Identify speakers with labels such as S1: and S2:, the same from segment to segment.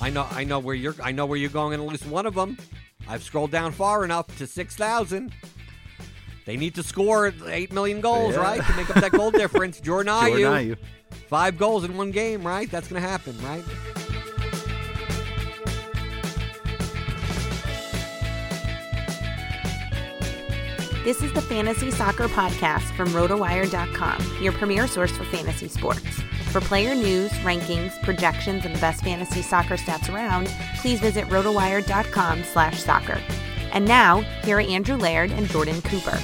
S1: I know, I know where you're. I know where you're going, and lose one of them. I've scrolled down far enough to six thousand. They need to score eight million goals,
S2: Yeah.
S1: right, to make up that goal difference. Jordan Ayew,
S2: Jordan Ayew.
S1: five goals in one game, right? That's going to happen, right?
S3: This is the Fantasy Soccer Podcast from RotoWire.com, your premier source for fantasy sports. For player news, rankings, projections, and the best fantasy soccer stats around, please visit RotoWire.com slash soccer. And now, here are Andrew Laird and Jordan Cooper.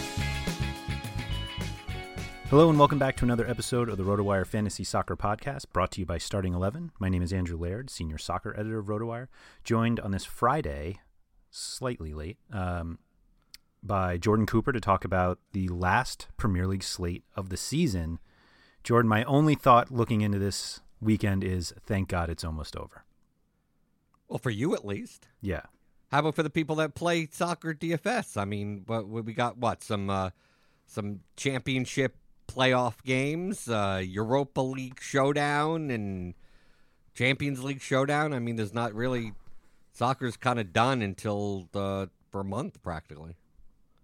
S4: Hello and welcome back to another episode of the RotoWire Fantasy Soccer Podcast, brought to you by Starting Eleven. My name is Andrew Laird, senior soccer editor of RotoWire, joined on this Friday, slightly late, um, by Jordan Cooper to talk about the last Premier League slate of the season. Jordan, my only thought looking into this weekend is, thank God it's almost over.
S1: Well, for you at least.
S4: Yeah,
S1: How about for the people that play soccer DFS? I mean, what what we got? What some uh, some championship playoff games, uh, Europa League showdown, and Champions League showdown. I mean, there's not really soccer's kind of done until the for a month practically.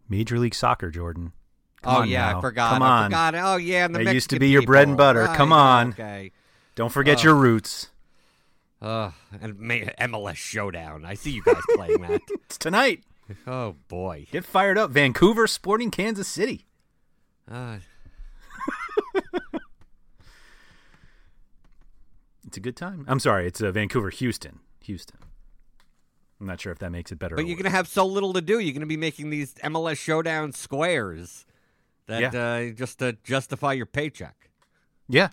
S4: Major League Soccer, Jordan. Come
S1: oh
S4: on
S1: yeah,
S4: now.
S1: I forgot.
S4: Come
S1: I
S4: on.
S1: forgot. Oh yeah, and the
S4: That used to
S1: Mexican
S4: be your bread and
S1: people.
S4: butter. Come on.
S1: Okay.
S4: Don't forget
S1: Oh.
S4: your roots.
S1: Uh, and ma- MLS showdown. I see you guys playing that.
S4: It's tonight.
S1: Oh boy.
S4: Get fired up, Vancouver Sporting Kansas City.
S1: Uh,
S4: It's a good time. I'm sorry, it's uh, Vancouver, Houston, Houston. I'm not sure if that makes it better.
S1: But
S4: or
S1: you're
S4: worse.
S1: going to have so little to do. You're going to be making these MLS showdown squares that uh, just to justify your paycheck.
S4: yeah,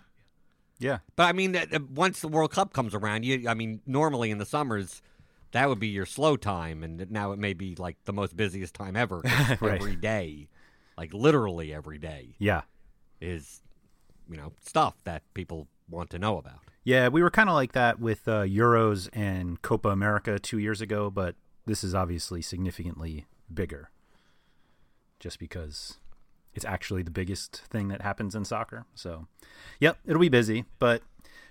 S4: yeah,
S1: But I mean, that, uh, once the World Cup comes around, you I mean, normally in the summers that would be your slow time, and now it may be like the most busiest time ever. 'cause
S4: Right.
S1: Every day, like literally every day,
S4: yeah,
S1: is you know stuff that people want to know about.
S4: yeah. We were kind of like that with uh, Euros and Copa America two years ago, but this is obviously significantly bigger, just because it's actually the biggest thing that happens in soccer. So, yep, it'll be busy, but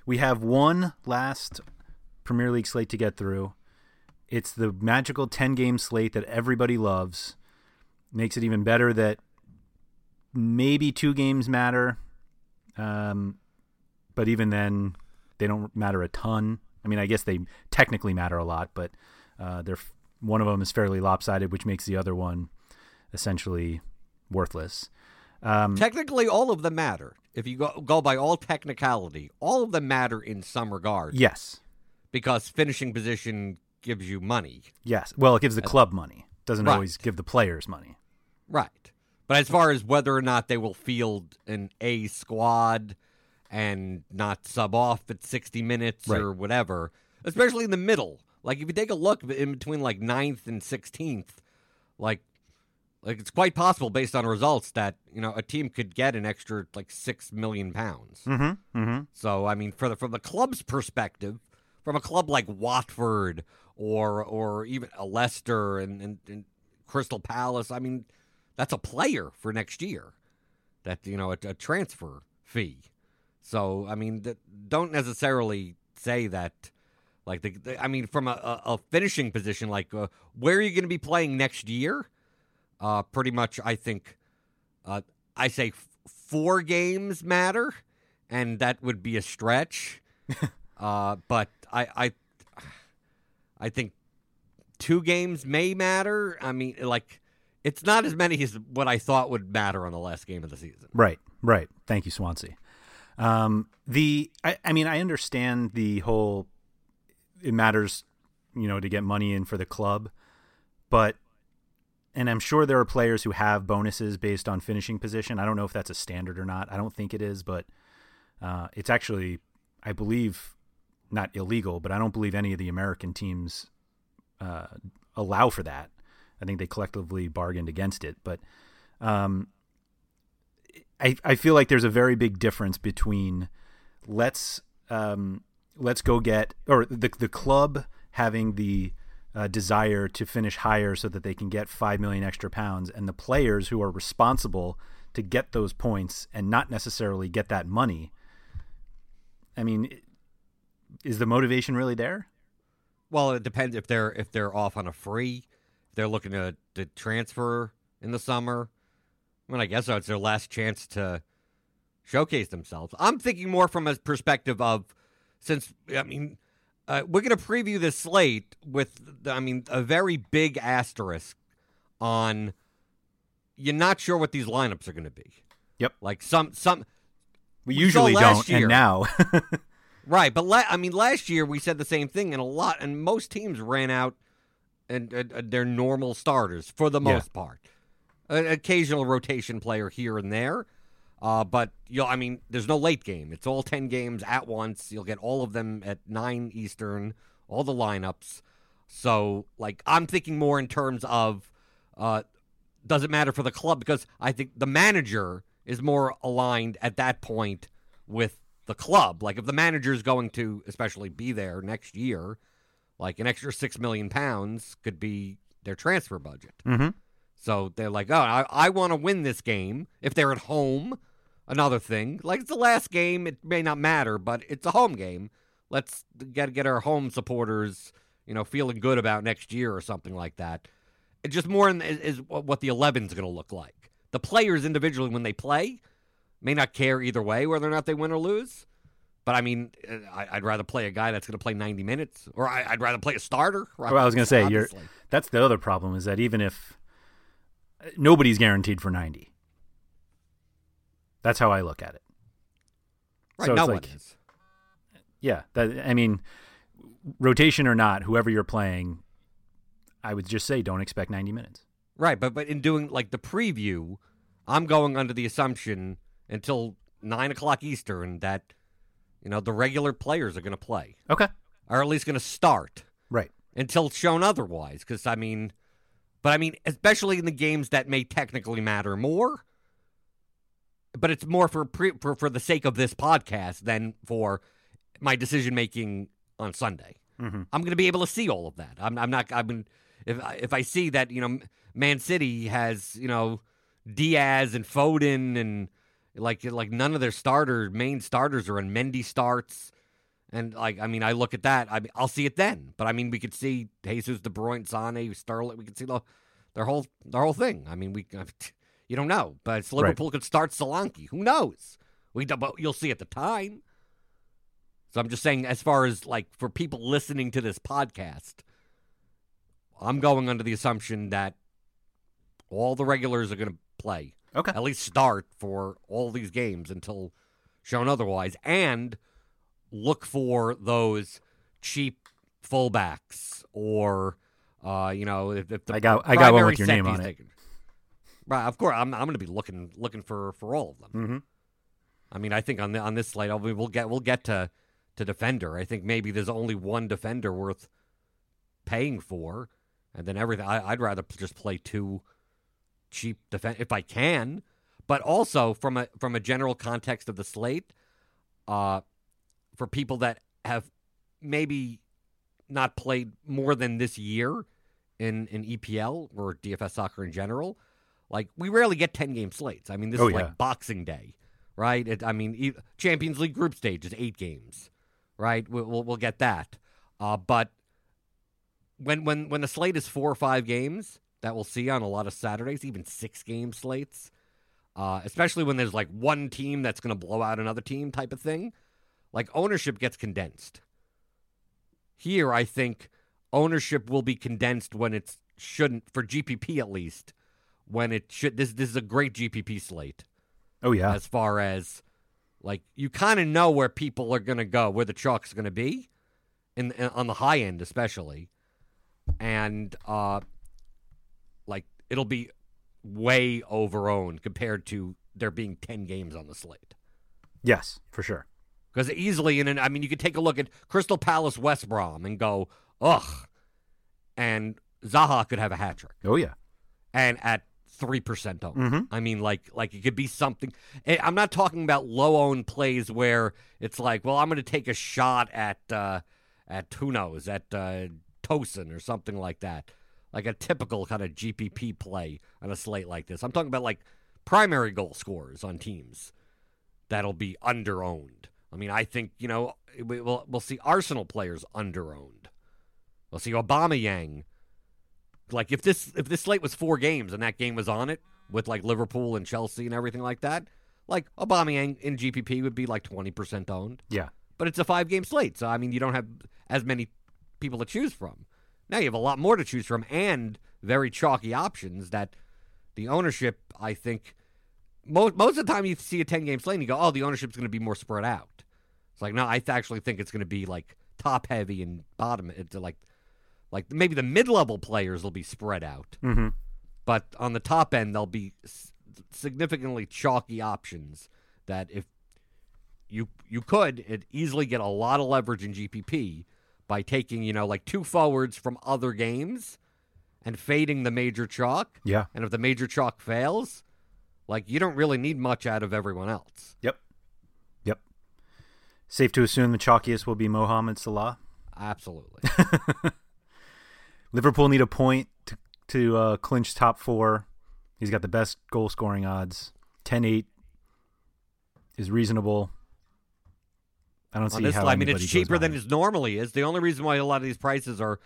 S4: we have one last Premier League slate to get through. It's the magical 10 game slate that everybody loves. Makes it even better that maybe two games matter, um, but even then, they don't matter a ton. I mean, I guess they technically matter a lot, but uh, they're f- one of them is fairly lopsided, which makes the other one essentially worthless. Um,
S1: Technically, all of them matter. If you go, go by all technicality, all of them matter in some regard
S4: yes,
S1: because finishing position gives you money.
S4: yes. Well, it gives the club money. Doesn't
S1: Right.
S4: always give the players money.
S1: Right. But as far as whether or not they will field an A squad and not sub off at 60 minutes
S4: Right.
S1: or whatever, especially in the middle. Like if you take a look in between like 9th and 16th, like like it's quite possible based on results that, you know, a team could get an extra like 6 million pounds.
S4: Mm-hmm. Mm-hmm.
S1: So I mean, for the, from the club's perspective, from a club like Watford or or even a Leicester and, and, and Crystal Palace, I mean, that's a player for next year. That you know a, a transfer fee. So I mean, th- don't necessarily say that. Like the, the- I mean, from a, a, a finishing position, like uh, where are you going to be playing next year? Uh, pretty much, I think. Uh, I say f- four games matter and that would be a stretch. uh, but I, I, I think two games may matter. I mean, like it's not as many as what I thought would matter on the last game of the season.
S4: Right, right. Thank you, Swansea. Um, the I, I mean, I understand the whole. It matters, you know, to get money in for the club, but and I'm sure there are players who have bonuses based on finishing position. I don't know if that's a standard or not. I don't think it is, but uh, it's actually, I believe, not illegal. But I don't believe any of the American teams uh, allow for that. I think they collectively bargained against it, but. Um, I, I feel like there's a very big difference between let's um, let's go get or the the club having the uh, desire to finish higher so that they can get five million extra pounds, and the players who are responsible to get those points and not necessarily get that money. I mean, i- is the motivation really there?
S1: Well, it depends if they're if they're off on a free, if they're looking to to transfer in the summer. I mean, I guess it's their last chance to showcase themselves. I'm thinking more from a perspective of since I mean, uh, we're going to preview this slate with I mean a very big asterisk on you're not sure what these lineups are going to be.
S4: Yep.
S1: Like some some
S4: We,
S1: We saw
S4: usually
S1: last
S4: don't,
S1: year.
S4: and now
S1: Right, but la- I mean, last year we said the same thing, and a lot, and most teams ran out and, and, and their normal starters for the
S4: Yeah.
S1: most part. An occasional rotation player here and there, uh, but you will I mean, there's no late game. It's all ten games at once. You'll get all of them at nine Eastern, all the lineups. So, like, I'm thinking more in terms of uh, doesn't matter for the club because I think the manager is more aligned at that point with the club. Like if the manager is going to especially be there next year, like an extra six million pounds could be their transfer budget.
S4: Mhm.
S1: So they're like, oh, I, I want to win this game. If they're at home, another thing. Like it's the last game, it may not matter, but it's a home game. Let's get get our home supporters, you know, feeling good about next year or something like that. It's just more in, is, is what what the 11's going to look like. The players individually when they play may not care either way whether or not they win or lose. But I mean, uh, I, I'd rather play a guy that's going to play 90 minutes, or I, I'd rather play a starter. Right?
S4: Well, I was going to say you're,
S1: Obviously.
S4: that's the other problem is that even if uh, nobody's guaranteed for 90. That's how I look at it.
S1: right.
S4: so
S1: no
S4: it's
S1: one
S4: like-
S1: is.
S4: Yeah, that I mean rotation or not, whoever you're playing, I would just say don't expect 90 minutes.
S1: Right, but but in doing like the preview, I'm going under the assumption until nine o'clock Eastern that you know the regular players are going to play,
S4: Okay.
S1: or at least going to start
S4: Right.
S1: until shown otherwise. Because I mean, but I mean, especially in the games that may technically matter more. But it's more for pre- for, for the sake of this podcast than for my decision making on Sunday.
S4: Mhm.
S1: I'm going to be able to see all of that. I'm, I'm not. I've been if I, if I see that you know Man City has you know Diaz and Foden and like like none of their starter main starters are in Mendy starts. And like, I mean, I look at that. I mean, I'll see it then. But I mean, we could see Jesus, De Bruyne, Sane, Sterling. We could see the their whole their whole thing. I mean, we you don't know, but it's Liverpool could start Solanke. Who knows? We don't- but you'll see at the time. So I'm just saying, as far as like for people listening to this podcast, I'm going under the assumption that all the regulars are going to play
S4: Okay.
S1: at least start for all these games until shown otherwise, and look for those cheap fullbacks or, uh, you know, if, if the
S4: I got- I got one
S1: primary
S4: with your name
S1: center's
S4: on it.
S1: taken. Right, of course, I'm, I'm going to be looking looking for, for all of them.
S4: Mhm.
S1: I mean, I think on the, on this slate, I'll be, we'll get we'll get to to defender. I think maybe there's only one defender worth paying for, and then everything. I, I'd rather p- just play two cheap defense if I can. But also from a from a general context of the slate, uh, for people that have maybe not played more than this year in in EPL or DFS soccer in general, like we rarely get ten game slates. I mean, this
S4: Oh,
S1: is
S4: yeah.
S1: like Boxing Day, right? It, I mean, e- Champions League group stage is eight games, right? We, we'll we'll get that, uh, but when when when the slate is four or five games that we'll see on a lot of Saturdays, even six game slates, uh, especially when there's like one team that's going to blow out another team type of thing, like ownership gets condensed. Here, I think ownership will be condensed when it's shouldn't for GPP at least when it should. This this is a great GPP slate
S4: Oh yeah.
S1: as far as like you kind of know where people are going to go, where the chalk's going to be, in, in- on the high end especially, and uh, like it'll be way overowned compared to there being ten games on the slate.
S4: yes, for sure.
S1: Because easily, in an, I mean, you could take a look at Crystal Palace West Brom and go, ugh, and Zaha could have a hat trick
S4: Oh yeah.
S1: and at three percent owned.
S4: Mhm.
S1: I mean, like like it could be something. I- I'm not talking about low owned plays where it's like, well, I'm going to take a shot at uh, at who knows at uh, Tosin or something like that, like a typical kind of GPP play on a slate like this. I'm talking about like primary goal scorers on teams that'll be under owned. I mean, I think you know we, we'll we'll see Arsenal players under owned. We'll see Obama Yang like if this if this slate was four games and that game was on it with like Liverpool and Chelsea and everything like that, like Aubameyang in GPP would be like twenty percent owned.
S4: Yeah.
S1: But it's a five game slate, so I mean you don't have as many people to choose from. Now you have a lot more to choose from and very chalky options that the ownership I think most most of the time you see a ten game slate and you go oh the ownership's going to be more spread out. It's like no, I th- actually think it's going to be like top heavy and bottom it's like like maybe the mid-level players will be spread out,
S4: Mhm.
S1: but on the top end there'll be s- significantly chalky options that if you you could it easily get a lot of leverage in GPP by taking you know like two forwards from other games and fading the major chalk,
S4: Yeah.
S1: and if the major chalk fails, like you don't really need much out of everyone else.
S4: Yep. Yep. Safe to assume the chalkiest will be Mohamed Salah.
S1: Absolutely.
S4: Liverpool need a point to to uh, clinch top four. He's got the best goal scoring odds. 10-8 is reasonable. I don't see
S1: on this
S4: how
S1: line. I mean, it's
S4: anybody goes
S1: cheaper than
S4: higher.
S1: it normally is. The only reason why a lot of these prices are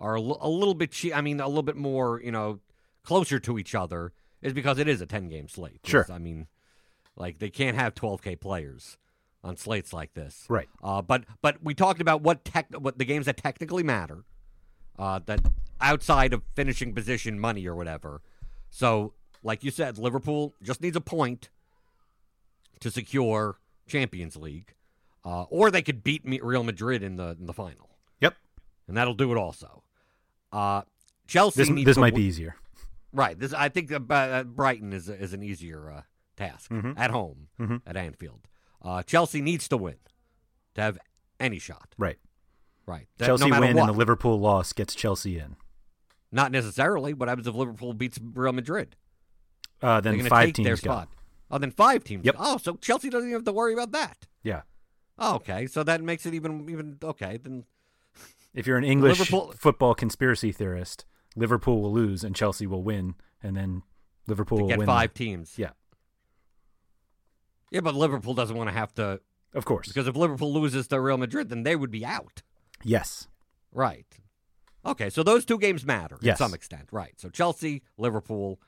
S1: are a li- a little bit cheap. I mean, a little bit more, you know, closer to each other is because it is a ten game slate.
S4: Sure.
S1: It's- I mean, like they can't have twelve k players on slates like this.
S4: Right.
S1: Uh, but but we talked about what tech what the games that technically matter, uh, that outside of finishing position money or whatever. So like you said, Liverpool just needs a point to secure Champions League, uh, or they could beat Me- Real Madrid in the in the final,
S4: Yep.
S1: and that'll do it. Also, uh, Chelsea.
S4: This
S1: needs
S4: this
S1: to
S4: might be
S1: w-
S4: easier.
S1: right. This I think uh, Bri- uh, Brighton is is an easier uh, task
S4: Mhm.
S1: at home
S4: Mhm.
S1: at Anfield. Uh, Chelsea needs to win to have any shot.
S4: Right.
S1: Right. That-
S4: Chelsea
S1: no matter
S4: win
S1: what.
S4: and the Liverpool loss gets Chelsea in.
S1: Not necessarily. What happens if Liverpool beats Real Madrid?
S4: Uh,
S1: They're
S4: then
S1: gonna
S4: five
S1: take their
S4: teams go.
S1: spot. Oh, then five teams.
S4: Yep.
S1: Oh, so Chelsea doesn't even have to worry about that.
S4: Yeah.
S1: Oh, okay, so that makes it even even okay. Then
S4: If you're an English
S1: Liverpool-
S4: football conspiracy theorist, Liverpool will lose and Chelsea will win, and then Liverpool
S1: to
S4: will
S1: get
S4: win.
S1: five teams.
S4: Yeah,
S1: Yeah, but Liverpool doesn't want to have to
S4: of course.
S1: because if Liverpool loses to Real Madrid, then they would be out.
S4: Yes.
S1: Right. Okay, so those two games matter
S4: Yes.
S1: to some extent, right? So Chelsea, Liverpool,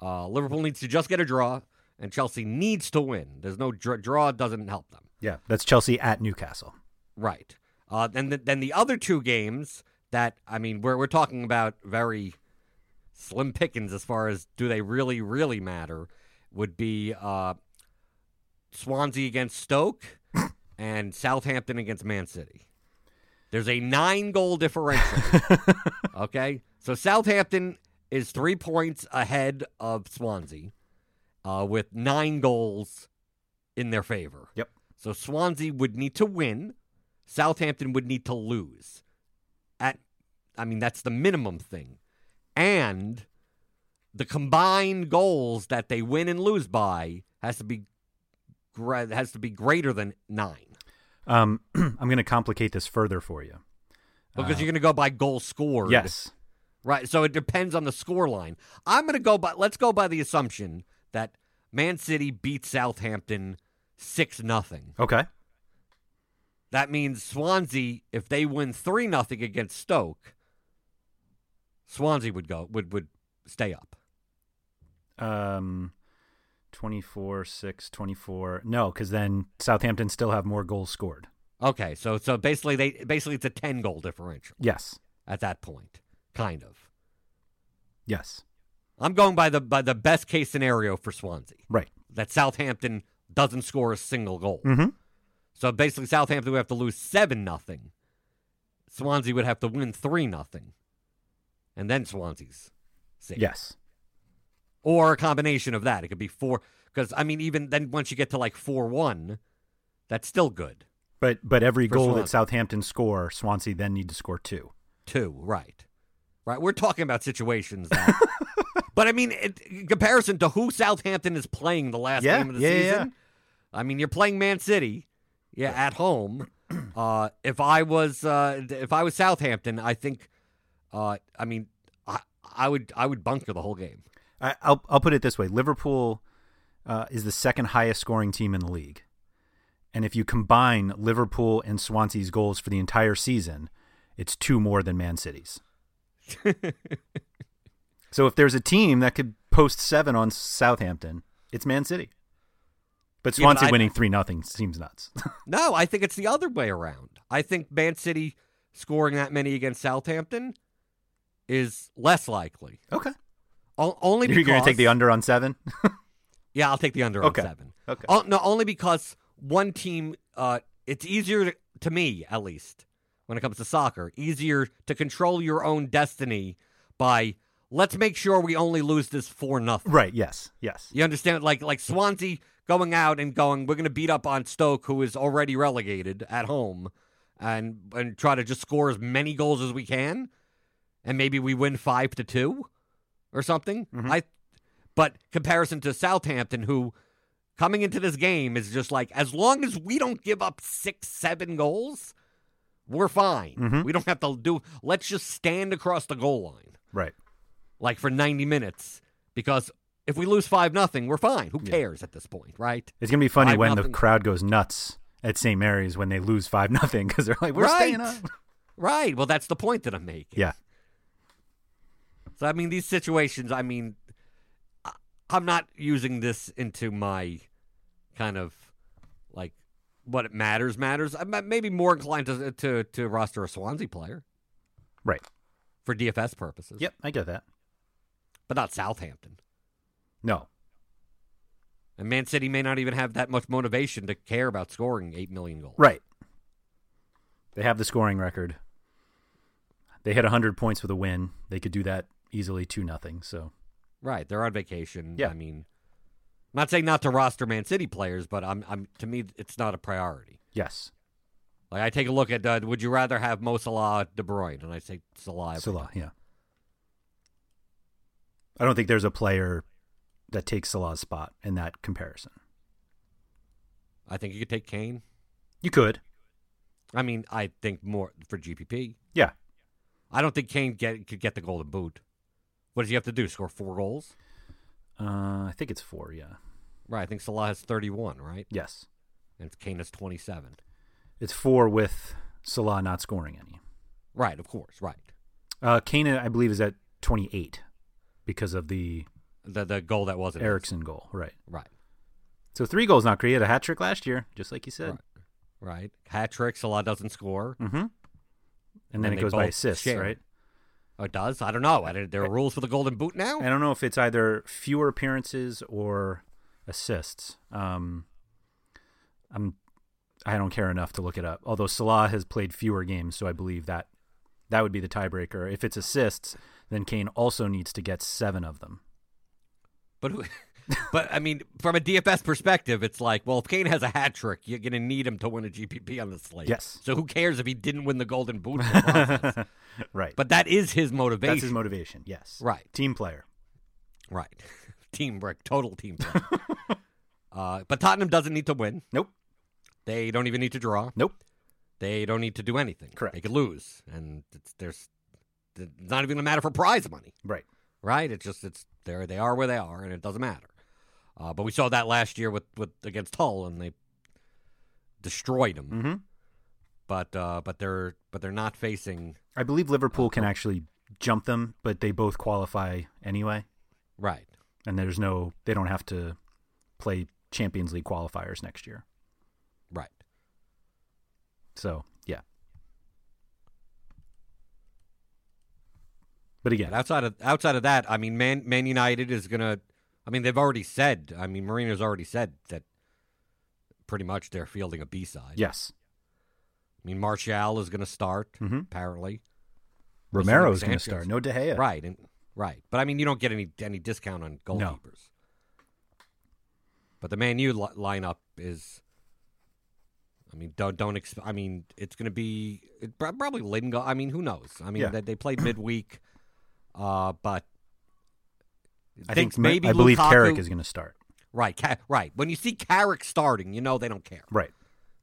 S1: uh, Liverpool needs to just get a draw, and Chelsea needs to win. There's no dr- draw doesn't help them,
S4: Yeah, that's Chelsea at Newcastle.
S1: right? Uh, and th- then the other two games that I mean, we're we're talking about very slim pickings as far as do they really really matter would be uh, Swansea against Stoke and Southampton against Man City. There's a nine goal differential. Okay. So Southampton is three points ahead of Swansea uh, with nine goals in their favor.
S4: Yep.
S1: So Swansea would need to win. Southampton would need to lose. At, I mean, that's the minimum thing. And the combined goals that they win and lose by has to be gra- has to be greater than nine
S4: Um, I'm going to complicate this further for you.
S1: because
S4: Uh,
S1: you're going to go by goal scored.
S4: Yes.
S1: Right. So it depends on the score line. I'm going to go by let's go by the assumption that Man City beat Southampton 6 nothing.
S4: Okay.
S1: That means Swansea if they win 3 nothing against Stoke, Swansea would go would would stay up.
S4: Um, 24, 6, 24. No, because then Southampton still have more goals scored.
S1: Okay. So so basically they basically it's a 10 goal differential
S4: Yes.
S1: at that point. Kind of.
S4: Yes.
S1: I'm going by the by the best case scenario for Swansea
S4: Right.
S1: that Southampton doesn't score a single goal.
S4: Mm-hmm.
S1: So basically, Southampton would have to lose seven nothing. Swansea would have to win three nothing, and then Swansea's safe.
S4: Yes.
S1: or a combination of that. It could be four because I mean, even then, once you get to like four one, that's still good.
S4: But but every
S1: For
S4: goal
S1: Swansea.
S4: that Southampton score, Swansea then need to score two.
S1: Two, right, right. We're talking about situations, that, but I mean, it, in comparison to who Southampton is playing the last
S4: Yeah,
S1: game of the
S4: yeah, yeah,
S1: season. I mean, you're playing Man City, yeah, at home. Uh, if I was uh, if I was Southampton, I think, uh, I mean, I, I would I would bunker the whole game.
S4: I, I'll I'll put it this way: Liverpool uh, is the second highest scoring team in the league, and if you combine Liverpool and Swansea's goals for the entire season, it's two more than Man City's. so if there's a team that could post seven on Southampton, it's Man City. But
S1: Yeah, but
S4: Swansea
S1: I-
S4: winning three nothing seems nuts.
S1: No, I think it's the other way around. I think Man City scoring that many against Southampton is less likely.
S4: okay,
S1: O- only
S4: you're going to take the
S1: because-
S4: under on seven.
S1: Yeah, I'll take the under on
S4: Okay.
S1: seven.
S4: Okay.
S1: Oh, no, only because one team. Uh, it's easier to, to me, at least, when it comes to soccer, easier to control your own destiny by let's make sure we only lose this four nothing.
S4: Right? Yes. Yes.
S1: You understand? Like like Swansea going out and going, we're going to beat up on Stoke, who is already relegated at home, and and try to just score as many goals as we can, and maybe we win five to two, or something. I, but comparison to Southampton, who coming into this game is just like, as long as we don't give up six, seven goals, we're fine.
S4: Mhm.
S1: We don't have to do. Let's just stand across the goal line
S4: Right.
S1: like for 90 minutes because if we lose 5 nothing, we're fine. Who cares at this point, right?
S4: It's gonna be funny
S1: Five
S4: when the
S1: nothing.
S4: crowd goes nuts at St. Mary's when they lose five nothing because they're like, "We're
S1: right.
S4: staying up."
S1: Right. Well, that's the point that I'm making.
S4: Yeah,
S1: So I mean these situations, I mean I- I'm not using this into my kind of like what it matters matters. I'm I'm maybe more inclined to to, to roster a Swansea player
S4: right.
S1: for DFS purposes.
S4: Yep, I get that.
S1: But not Southampton.
S4: No,
S1: And Man City may not even have that much motivation to care about scoring 8 million goals.
S4: right. They have the scoring record. They hit hundred points with a win. They could do that easily, two nothing. So
S1: Right, they're on vacation.
S4: Yeah.
S1: I mean, I'm not saying not to roster Man City players, but I'm, I'm to me it's not a priority.
S4: yes,
S1: Like I take a look at, uh, would you rather have Mo Salah, De Bruyne, and I say Salah. every
S4: Salah.
S1: time.
S4: Yeah, I don't think there's a player that takes Salah's spot in that comparison.
S1: I think you could take Kane.
S4: You could,
S1: I mean, I think more for GPP.
S4: yeah.
S1: I don't think Kane get could get the golden boot. What does he have to do? Score four goals?
S4: Uh, I think it's four. Yeah,
S1: Right. I think Salah has 31. Right,
S4: yes,
S1: and Kane has 27.
S4: it's four with Salah not scoring any.
S1: Right. Of course. Right.
S4: Uh, Kana, I believe, is at 28 because of the
S1: The the goal that wasn't his.
S4: Erickson goal. Right.
S1: Right.
S4: So three goals not created. A hat trick last year, just like you said.
S1: Right. Hat trick. Salah doesn't score.
S4: Mm-hmm. And, then
S1: And
S4: it
S1: they
S4: goes by
S1: both
S4: assists,
S1: share.
S4: right?
S1: Or Oh, does? I don't know. I didn't, there are rules for the golden boot now?
S4: I don't know if it's either fewer appearances or assists. Um, I'm, I don't care enough to look it up. Although Salah has played fewer games, so I believe that that would be the tiebreaker. If it's assists, then Kane also needs to get seven of them.
S1: But who- but I mean, from a DFS perspective, it's like, well, if Kane has a hat trick, you're going to need him to win a GPP on the slate.
S4: Yes.
S1: So who cares if he didn't win the Golden Boot? in the process?
S4: right.
S1: but that is his motivation.
S4: that's his motivation. Yes.
S1: Right.
S4: Team player.
S1: right. team brick, total team brick. uh, but Tottenham doesn't need to win.
S4: Nope.
S1: They don't even need to draw.
S4: Nope.
S1: They don't need to do anything.
S4: Correct.
S1: They could lose, and it's, there's it's not even a matter for prize money.
S4: Right.
S1: right? It's just it's there. They are where they are, and it doesn't matter. Uh, but we saw that last year with, with against Hull, and they destroyed them.
S4: Mm-hmm.
S1: But uh, but they're but they're not facing
S4: I believe Liverpool can
S1: Uh-huh.
S4: actually jump them, but they both qualify anyway,
S1: right.
S4: and there's no they don't have to play Champions League qualifiers next year.
S1: Right.
S4: So yeah. But again,
S1: But outside of outside of that, I mean, Man Man United is gonna. I mean, they've already said. I mean, Marino's already said that. Pretty much, they're fielding a B side.
S4: yes,
S1: I mean, Martial is going to start
S4: Mhm.
S1: apparently.
S4: Romero's going to
S1: Sanchez.
S4: start. No De Gea.
S1: Right and right, but I mean, you don't get any any discount on
S4: No.
S1: goalkeepers. But the Man U li- lineup is, I mean, don't don't. Exp- I mean, it's going to be it, prob- probably Lingard. I mean, who knows? I mean,
S4: Yeah.
S1: they, they played midweek, uh, but
S4: I think Ma-
S1: maybe
S4: I believe
S1: Lukaku-
S4: Carrick is going to start.
S1: right. Ca- right, when you see Carrick starting, you know they don't care
S4: Right.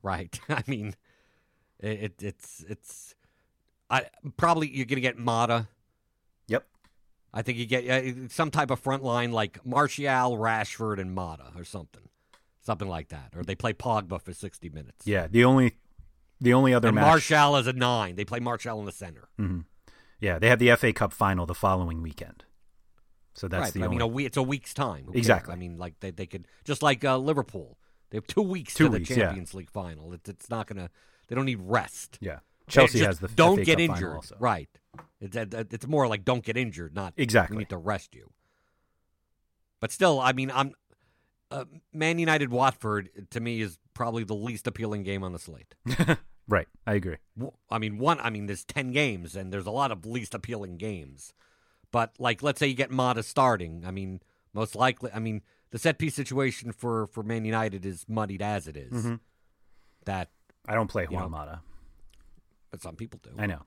S1: right? I mean, it, it it's it's I probably you're gonna get Mata.
S4: Yep.
S1: I think you get uh, some type of front line like Martial, Rashford, and Mata or something, something like that. Or they play Pogba for sixty minutes.
S4: Yeah. The only, the only other
S1: and
S4: match.
S1: Martial is a nine. They play Martial in the center.
S4: Mhm. Yeah, they have the FA Cup final the following weekend. So that's
S1: right.
S4: the
S1: but I
S4: only.
S1: mean, a week, it's a week's time. Who cares?
S4: Exactly.
S1: I mean, like they, they could just like uh, Liverpool. They have two weeks
S4: Two
S1: to
S4: weeks,
S1: the
S4: yeah.
S1: Champions League final. It, it's not gonna. They don't need rest.
S4: yeah. Chelsea
S1: Just
S4: has the
S1: don't
S4: FA
S1: get
S4: Cup
S1: injured.
S4: Final also.
S1: Right. It's, it- it's more like don't get injured, not
S4: Exactly.
S1: We need to rest you. But still, I mean, I'm uh, Man United Watford to me is probably the least appealing game on the slate.
S4: Right. I agree.
S1: W- I mean, one. I mean, there's ten games, and there's a lot of least appealing games. But like, let's say you get Mata starting. I mean, most likely. I mean, the set piece situation for for Man United is muddied as it is.
S4: Mhm.
S1: That,
S4: I don't play
S1: You know,
S4: Juan Mata.
S1: but some people do.
S4: I know.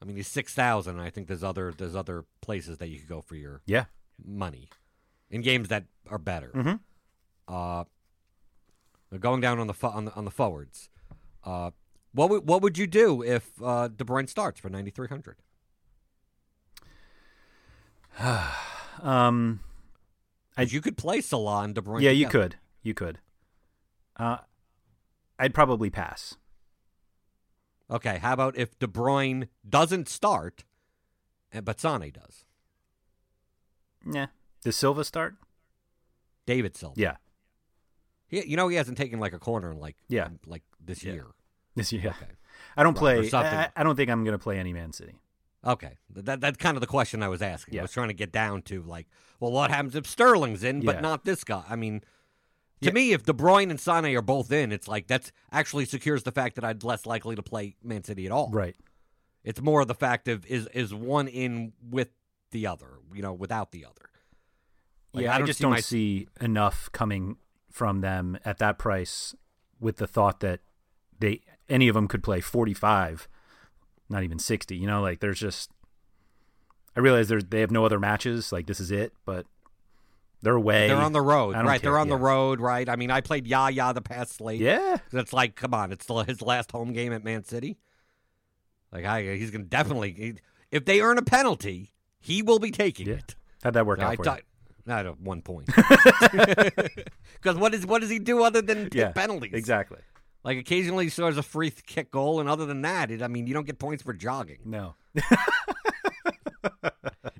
S1: I mean, he's six thousand. I think there's other there's other places that you could go for your
S4: Yeah.
S1: money in games that are better.
S4: Mhm.
S1: Uh, going down on the fo- on the on the forwards. Uh, what would what would you do if uh, De Bruyne starts for ninety three hundred?
S4: Um.
S1: As you could play Salah and De Bruyne.
S4: yeah, you
S1: together.
S4: could. You could. Uh, I'd probably pass.
S1: Okay, how about if De Bruyne doesn't start, and but Sane does?
S4: Yeah. Does Silva start?
S1: David Silva.
S4: Yeah.
S1: He- you know he hasn't taken like a corner in like
S4: Yeah.
S1: um, like this
S4: Yeah.
S1: year.
S4: This year.
S1: Okay.
S4: I don't
S1: Right, or
S4: play.
S1: something.
S4: I, I- I don't think I'm going to play any Man City.
S1: Okay, Th- that that's kind of the question I was asking.
S4: Yeah.
S1: I was trying to get down to like, well, what happens if Sterling's in
S4: Yeah.
S1: but not this guy? I mean, to
S4: Yeah.
S1: me, if De Bruyne and Sane are both in, it's like that's actually secures the fact that I'd less likely to play Man City at all.
S4: Right.
S1: It's more the fact of is is one in with the other, you know, without the other. Like,
S4: yeah, I, just
S1: see
S4: don't
S1: my-
S4: see enough coming from them at that price with the thought that they any of them could play 45, not even 60. You know, like there's just I realize there's they have no other matches, like this is it, but they're away.
S1: They're on the road,
S4: I don't
S1: right?
S4: care,
S1: They're on the
S4: yeah.
S1: road, right? I mean, I played Yaya the past slate.
S4: Yeah.
S1: That's like, come on, it's the- his last home game at Man City. Like, I, he's gonna definitely. he- if they earn a penalty, he will be taking
S4: Yeah.
S1: it.
S4: How'd that work
S1: I
S4: out for you?
S1: thought, not at one point. Because what is what does he do other than take
S4: yeah.
S1: penalties?
S4: Exactly.
S1: Like occasionally he scores a free th- kick goal, and other than that, it, I mean, you don't get points for jogging.
S4: No.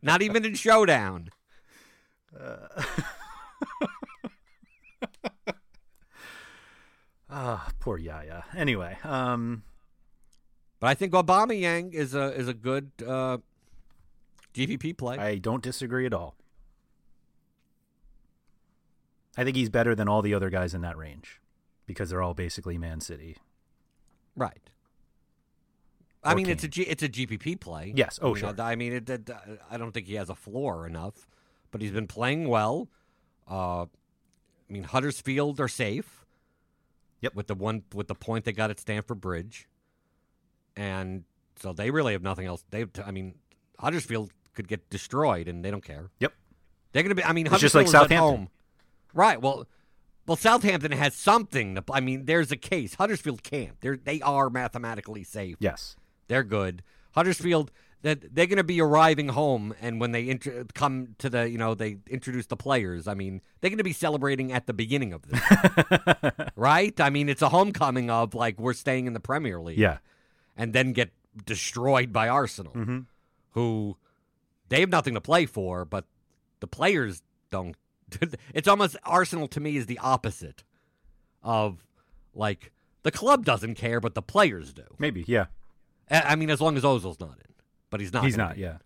S1: Not even in showdown.
S4: Ah, poor Yaya. Anyway, um,
S1: But I think Obama Yang is a is a good uh, GVP play.
S4: I don't disagree at all. I think he's better than all the other guys in that range because they're all basically Man City.
S1: right. I
S4: Or
S1: mean, it's a
S4: Kane.
S1: G, it's a GPP play.
S4: Yes. Oh,
S1: You know,
S4: sure.
S1: I mean, it, it, I don't think he has a floor enough, but he's been playing well. Uh, I mean, Huddersfield are safe.
S4: Yep.
S1: With the one with the point they got at Stamford Bridge, and so they really have nothing else. They, I mean, Huddersfield could get destroyed, and they don't care.
S4: Yep.
S1: They're going to be. I mean,
S4: It's just
S1: Huddersfield
S4: like
S1: is at
S4: Southampton.
S1: home. Right. Well, well, Southampton has something. To, I mean, there's a case. Huddersfield can't. They're they are mathematically safe.
S4: Yes.
S1: They're good. Huddersfield. That they're going to be arriving home, and when they intro come to the, you know, they introduce the players. I mean, they're going to be celebrating at the beginning of this, right? I mean, it's a homecoming of like we're staying in the Premier League,
S4: Yeah.
S1: and then get destroyed by Arsenal,
S4: Mhm.
S1: who they have nothing to play for, but the players don't. it's almost Arsenal to me is the opposite of like the club doesn't care, but the players do.
S4: Maybe. Yeah.
S1: I I mean, as long as Ozil's not in, but he's not.
S4: he's
S1: gonna
S4: not.
S1: be.
S4: Yeah.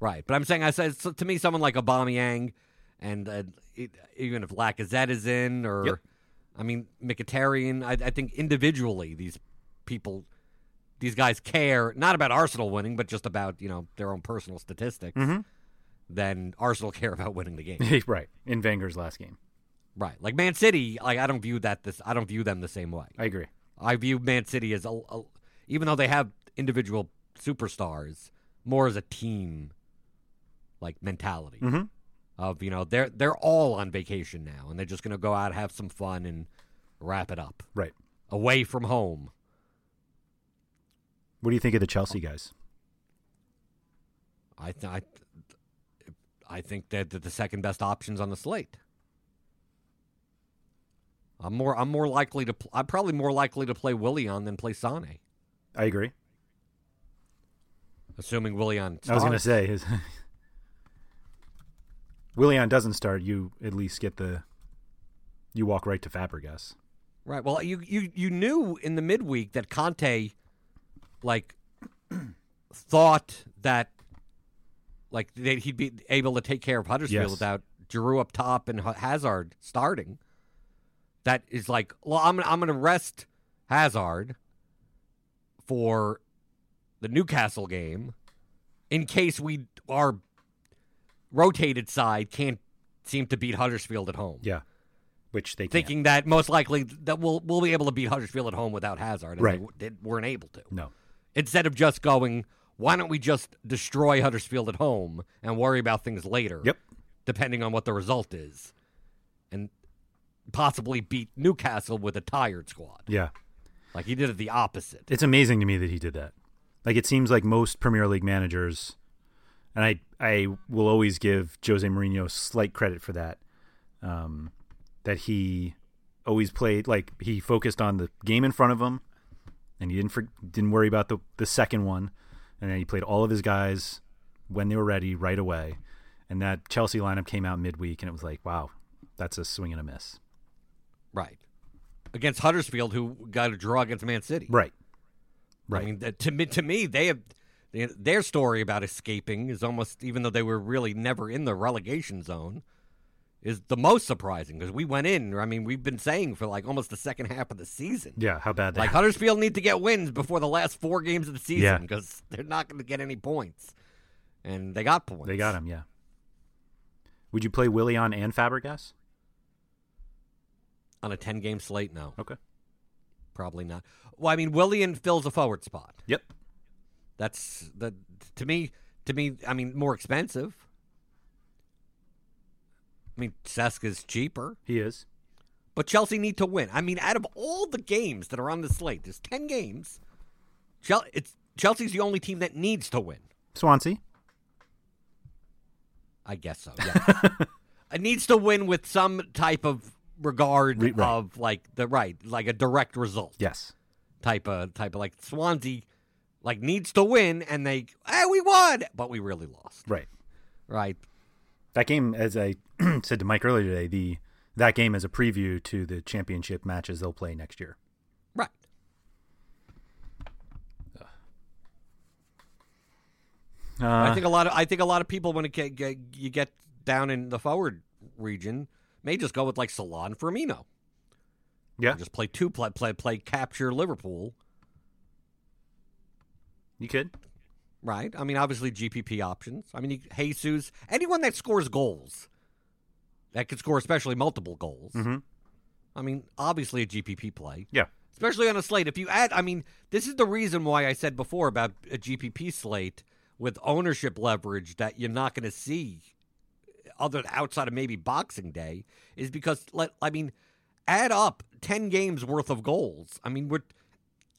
S1: Right, but I'm saying I said so to me someone like Aubameyang, and uh, it, even if Lacazette is in, or
S4: Yep.
S1: I mean Mkhitaryan, I, I think individually these people, these guys care not about Arsenal winning, but just about you know their own personal statistics.
S4: Mm-hmm.
S1: Then Arsenal care about winning the game,
S4: right. In Wenger's last game.
S1: right? Like Man City, like I don't view that this I don't view them the same way.
S4: I agree.
S1: I view Man City as a, a- even though they have individual superstars, more as a team like mentality
S4: Mhm.
S1: of you know they're they're all on vacation now and they're just going to go out have some fun and wrap it up
S4: Right.
S1: away from home.
S4: What do you think of the Chelsea guys?
S1: I th- I th- I think that they're the second best options on the slate. I'm more I'm more likely to pl- I'm probably more likely to play Willian than play Sane,
S4: I agree.
S1: assuming Willian.
S4: I was going to
S1: starts.
S4: say his Willian doesn't start. You at least get the you walk right to Fabregas.
S1: Right. Well, you you you knew in the midweek that Conte, like, thought that, like, that he'd be able to take care of Huddersfield
S4: Yes.
S1: without Giroud up top and Ha- Hazard starting. That is like, well, I'm gonna- I'm going to rest Hazard for the Newcastle game in case we our rotated side can't seem to beat Huddersfield at home
S4: Yeah. Which they can't.
S1: thinking that most likely that we'll we'll be able to beat Huddersfield at home without Hazard, and
S4: Right.
S1: they w- They, weren't able to.
S4: No.
S1: Instead of just going, why don't we just destroy Huddersfield at home and worry about things later?
S4: Yep.
S1: Depending on what the result is, and possibly beat Newcastle with a tired squad.
S4: Yeah.
S1: Like he did it the opposite.
S4: It's amazing to me that he did that. Like it seems like most Premier League managers, and I I will always give Jose Mourinho slight credit for that, um, that he always played like he focused on the game in front of him, and he didn't for, didn't worry about the the second one, and then he played all of his guys when they were ready right away, and that Chelsea lineup came out midweek, and it was like wow, that's a swing and a miss.
S1: Right. Against Huddersfield, who got a draw against Man City.
S4: Right.
S1: I
S4: Right.
S1: mean, that- to me, to me, they have their- their story about escaping is almost, even though they were really never in the relegation zone, is the most surprising because we went in. I mean, we've been saying for like almost the second half of the season,
S4: yeah. How bad they
S1: like Huddersfield need to get wins before the last four games of the
S4: Yeah.
S1: season because they're not going to get any points, and they got points.
S4: They got him, yeah. Would you play Willian and Fabregas?
S1: on a ten-game slate. No,
S4: Okay.
S1: probably not. Well, I mean, Willian fills a forward spot.
S4: Yep.
S1: That's the to me to me I mean more expensive. I mean Sesk is cheaper,
S4: He is.
S1: but Chelsea need to win. I mean out of all the games that are on the slate, there's 10 games. Chel- it's Chelsea's the only team that needs to win.
S4: Swansea?
S1: I guess so. Yeah. it needs to win with some type of regard
S4: Re- right.
S1: of like the right, like a direct result
S4: Yes.
S1: type of type of like Swansea like needs to win and they hey we won but we really lost
S4: Right.
S1: right
S4: That game, as I said to Mike earlier today, the that game is a preview to the championship matches they'll play next year.
S1: right
S4: Uh,
S1: I think a lot of I think a lot of people when it get, get, you get down in the forward region may just go with like Salon Firmino
S4: yeah,
S1: just play two play play play capture Liverpool
S4: you could.
S1: right I mean obviously GPP options I mean you- Jesus anyone that scores goals that could score especially multiple goals
S4: hmm
S1: I mean obviously a GPP play
S4: Yeah.
S1: especially on a slate. If you add, I mean, this is the reason why I said before about a GPP slate with ownership leverage that you're not going to see other outside of maybe Boxing Day is because let I mean, add up ten games worth of goals. I mean, we're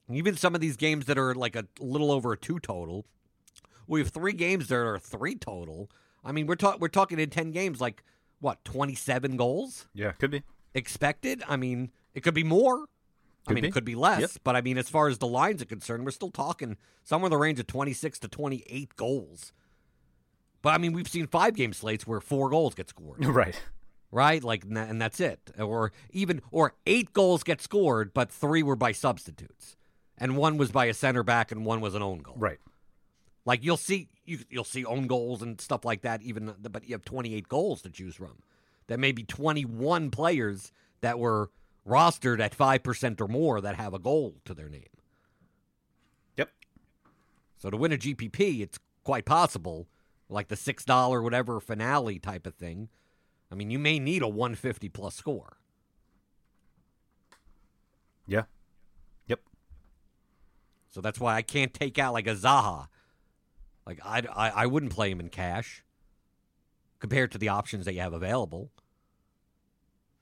S1: even some of these games that are like a little over a two total. We have three games that are three total. I mean, we're talking we're talking in ten games like what twenty seven goals
S4: Yeah, could be.
S1: expected. I mean, it could be more. I
S4: Could
S1: mean,
S4: be.
S1: it could be less.
S4: Yep.
S1: But I mean, as far as the lines are concerned, we're still talking somewhere in the range of 26 to 28 goals. But I mean, we've seen five game slates where four goals get scored,
S4: Right.
S1: right? Like, and that- and that's it. Or even, or eight goals get scored, but three were by substitutes, and one was by a center back, and one was an own goal.
S4: Right.
S1: Like you'll see, you, you'll see own goals and stuff like that. Even but you have 28 goals to choose from. There may be 21 players that were rostered at five percent or more that have a goal to their name.
S4: Yep.
S1: So to win a GPP, it's quite possible, like the six dollar whatever finale type of thing. I mean, you may need a 150 plus score.
S4: Yeah. Yep.
S1: So that's why I can't take out like a Zaha. Like I'd- I, I, wouldn't play him in cash compared to the options that you have available.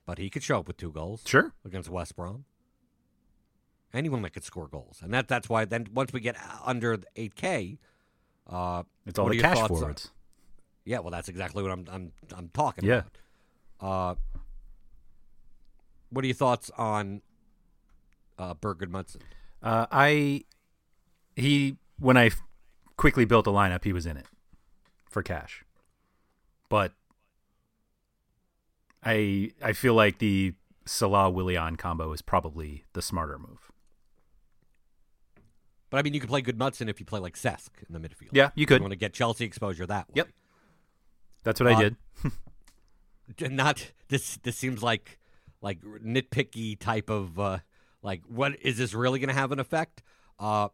S1: But he could show up with two goals
S4: Sure.
S1: against West Brom. Anyone that could score goals, and that that's why. Then once we get under eight K, uh,
S4: It's all
S1: what are
S4: the
S1: your
S4: cash
S1: thoughts on-
S4: forwards.
S1: yeah, well, that's exactly what I'm I'm I'm talking
S4: Yeah.
S1: about. Uh, what are your thoughts on uh, Bergen Munson?
S4: Uh, I he when I f- quickly built a lineup, he was in it for cash. But I I feel like the Salah Willian combo is probably the smarter move.
S1: But I mean, you could play Goodmutson if you play like Sesk in the midfield.
S4: Yeah, you could.
S1: want to get Chelsea exposure that way.
S4: Yep. That's what I
S1: Uh,
S4: did.
S1: D- Not this. This seems like like nitpicky type of uh, like what is this really going to have an effect? Uh,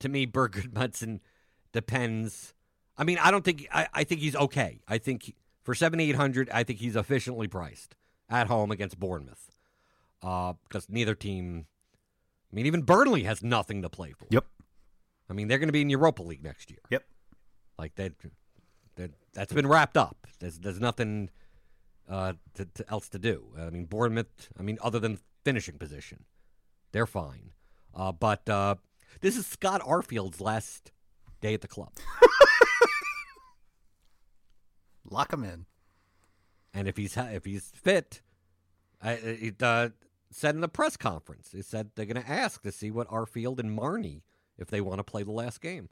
S1: to me, Burr Goodmutson depends. I mean, I don't think I, I think he's okay. I think he- for seventy eight hundred, I think he's efficiently priced at home against Bournemouth because neither team. I mean, even Burnley has nothing to play for.
S4: Yep.
S1: I mean, they're going to be in Europa League next year.
S4: Yep.
S1: Like that, that that's been wrapped up. There's there's nothing uh, to, to else to do. I mean, Bournemouth. I mean, other than finishing position, they're fine. Uh, but uh, this is Scott Arfield's last day at the club,
S4: Lock him in.
S1: and if he's ha- if he's fit, I, it uh, said in the press conference, it said they're going to ask to see what Arfield and Marnie if they want to play the last game,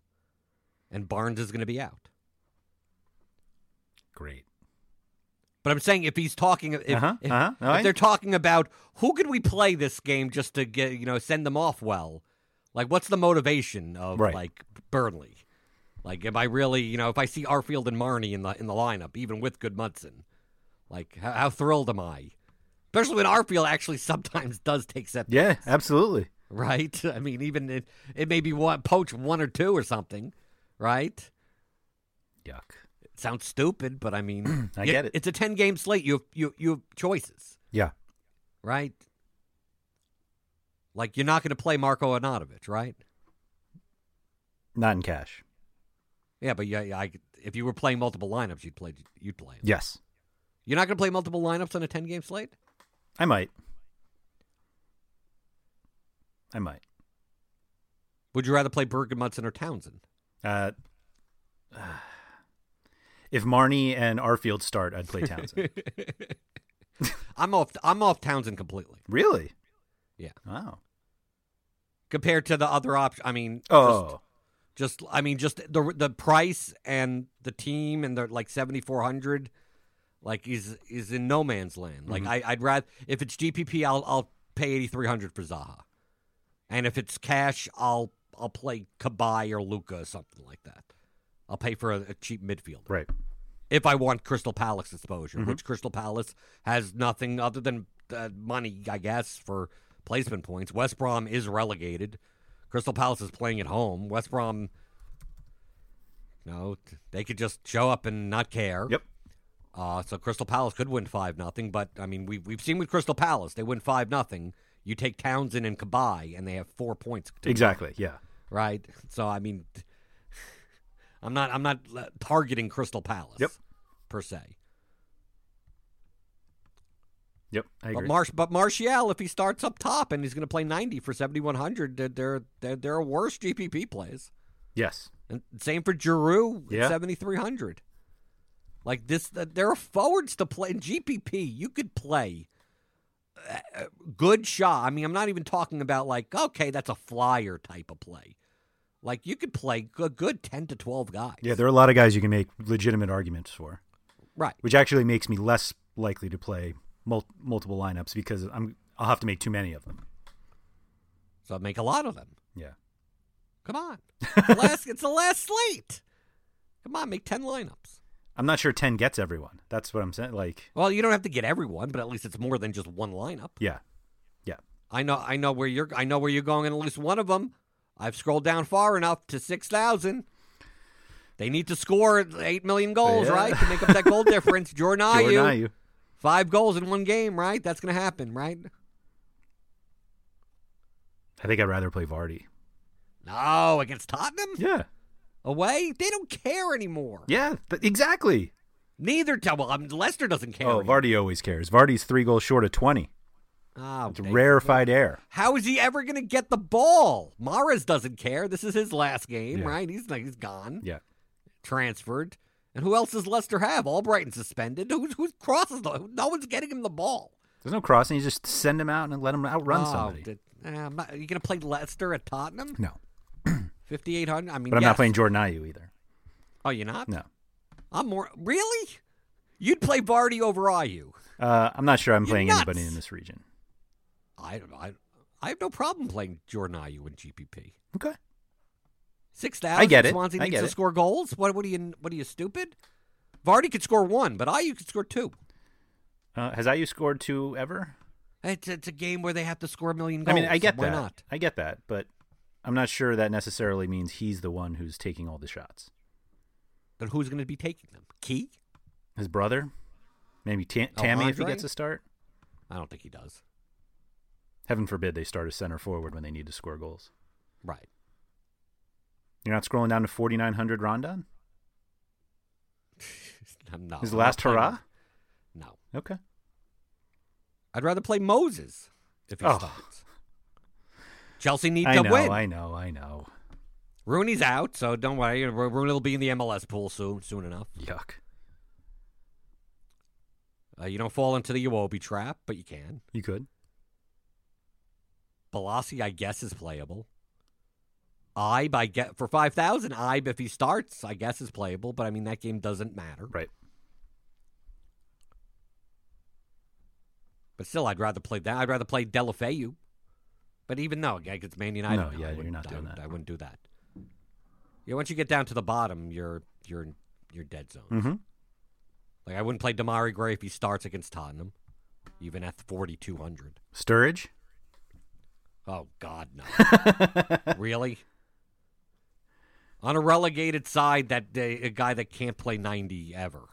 S1: and Barnes is going to be out.
S4: Great.
S1: But I'm saying if he's talking, if,
S4: Uh-huh,
S1: if,
S4: uh-huh, all
S1: if
S4: right.
S1: they're talking about who could we play this game just to get you know send them off well, like what's the motivation of
S4: Right.
S1: like Burnley? Like, am I really you know if I see Arfield and Marnie in the in the lineup, even with Goodmudson, like how, how thrilled am I? Especially when Arfield actually sometimes does take set
S4: Yeah, absolutely.
S1: right? I mean, even it it may be one poach one or two or something, right?
S4: Yuck.
S1: It sounds stupid, but I mean,
S4: I get it.
S1: It's a ten game slate. You have, you you have choices.
S4: Yeah.
S1: right? Like you're not going to play Marco Anatovich, right?
S4: Not in cash.
S1: Yeah, but yeah, yeah, I, if you were playing multiple lineups, you'd play you'd play. him.
S4: Yes.
S1: You're not going to play multiple lineups on a 10 game slate?
S4: I might. I might.
S1: Would you rather play Bergen Munson or Townsend?
S4: Uh, if Marnie and Arfield start, I'd play Townsend.
S1: I'm off. I'm off Townsend completely
S4: Really?
S1: Yeah.
S4: Wow.
S1: compared to the other option. I mean,
S4: Oh.
S1: just, just I mean, just the the price and the team and the like seventy four hundred, like is is in no man's land. Like I, I'd rather if it's GPP, I'll I'll pay eighty three hundred for Zaha, and if it's cash, I'll I'll play Kabai or Luca or something like that. I'll pay for a, a cheap midfielder
S4: right.
S1: if I want Crystal Palace exposure,
S4: Mm-hmm.
S1: which Crystal Palace has nothing other than uh, money, I guess, for placement points. West Brom is relegated. Crystal Palace is playing at home. West Brom, you know, t- they could just show up and not care.
S4: Yep.
S1: Uh, so Crystal Palace could win five nothing, but I mean, we we've seen with Crystal Palace, they win five nothing. You take Townsend and Kabai, and they have four points. to-
S4: Exactly. Yeah.
S1: right? So I mean, I'm not I'm not uh, targeting Crystal Palace.
S4: Yep.
S1: Per se,
S4: Yep. I
S1: but
S4: agree.
S1: Marsh, but Martial, if he starts up top and he's going to play 90 for 7100, they're they're they're, they're worse GPP plays.
S4: yes.
S1: And same for Giroud,
S4: Yeah.
S1: 7300. Like this, th- there are forwards to play in GPP. You could play uh, uh, good shot. I mean, I'm not even talking about like okay, that's a flyer type of play. Like you could play a good 10 to 12 guys.
S4: Yeah, there are a lot of guys you can make legitimate arguments for,
S1: right.
S4: which actually makes me less likely to play mul- multiple lineups because I'm I'll have to make too many of them.
S1: So make a lot of them.
S4: Yeah.
S1: Come on, The last it's the last slate. Come on, make 10 lineups.
S4: I'm not sure 10 gets everyone. That's what I'm saying. Like,
S1: Well, you don't have to get everyone, but at least it's more than just one lineup.
S4: yeah.
S1: I know, I know where you're. I know where you're going in at least one of them. I've scrolled down far enough to six thousand. They need to score eight million goals,
S4: Yeah.
S1: right, to make up that goal difference. Jordan
S4: Jordan
S1: Ayew,
S4: Ayew.
S1: five goals in one game, right? That's going to happen, right?
S4: I think I'd rather play Vardy.
S1: No, against Tottenham
S4: Yeah.
S1: away, they don't care anymore.
S4: Yeah, but exactly.
S1: Neither. do- Well, um, Leicester doesn't care.
S4: Oh,
S1: anymore.
S4: Vardy always cares. Vardy's three goals short of 20.
S1: Ah,
S4: It's
S1: they-
S4: rarefied air.
S1: How is he ever going to get the ball? Mares doesn't care. This is his last game,
S4: Yeah.
S1: right? He's like he's gone.
S4: Yeah.
S1: transferred. And who else does Lester have? Albrighton suspended. Who, who crosses the? No one's getting him the ball.
S4: There's no crossing. You just send him out and let him outrun
S1: Oh,
S4: somebody.
S1: did- eh, I'm not- are you going to play Lester at Tottenham?
S4: no.
S1: 5,800? I mean,
S4: But I'm
S1: yes.
S4: not playing Jordan Ayew either.
S1: Oh, you're not?
S4: No.
S1: I'm more. Really? You'd play Vardy over Ayu.
S4: Uh, I'm not sure I'm
S1: You're
S4: playing
S1: nuts.
S4: anybody in this region.
S1: I, I, I have no problem playing Jordan Ayu in GPP.
S4: Okay.
S1: 6,000?
S4: I get it.
S1: Swansea
S4: I
S1: needs
S4: get
S1: to
S4: it.
S1: score goals? What, what, are you, what are you, stupid? Vardy could score one, but Ayu could score two.
S4: Uh, has Ayew scored two ever?
S1: It's, it's a game where they have to score a million goals.
S4: I mean, I get
S1: Why
S4: that.
S1: not?
S4: I get that, but I'm not sure that necessarily means he's the one who's taking all the shots.
S1: Then who's going to be taking them? Key?
S4: His brother, maybe Ta-
S1: Oh,
S4: Tammy, if he
S1: Andre?
S4: gets a start.
S1: I don't think he does.
S4: Heaven forbid they start a center forward when they need to score goals.
S1: Right.
S4: You're not scrolling down to 4,900 Rondon.
S1: I'm not.
S4: His
S1: Oh, I'm
S4: last
S1: not playing
S4: hurrah.
S1: him. No.
S4: Okay.
S1: I'd rather play Moses if he
S4: Oh.
S1: starts. Chelsea need
S4: I
S1: to
S4: know.
S1: win.
S4: I know. I know.
S1: Rooney's out, so don't worry. Ro- Rooney will be in the MLS pool soon, soon enough.
S4: Yuck.
S1: Uh, you don't fall into the Iwobi trap, but you can.
S4: You could.
S1: Balassi, I guess, is playable. Ibe, I get for five thousand. Ibe, if he starts, I guess is playable. But I mean, that game doesn't matter.
S4: Right.
S1: But still, I'd rather play that. I'd rather play Delafeu. But even though against Man United,
S4: No, yeah,
S1: I
S4: you're
S1: wouldn't-
S4: not
S1: I
S4: doing
S1: wouldn't-
S4: that.
S1: I wouldn't do that. Yeah, once you get down to the bottom, you're you're you're dead zone.
S4: Mm-hmm.
S1: Like I wouldn't play Damari Gray if he starts against Tottenham, even at 4,200.
S4: Sturridge.
S1: Oh God, no! really? On a relegated side, that day, a guy that can't play 90 ever,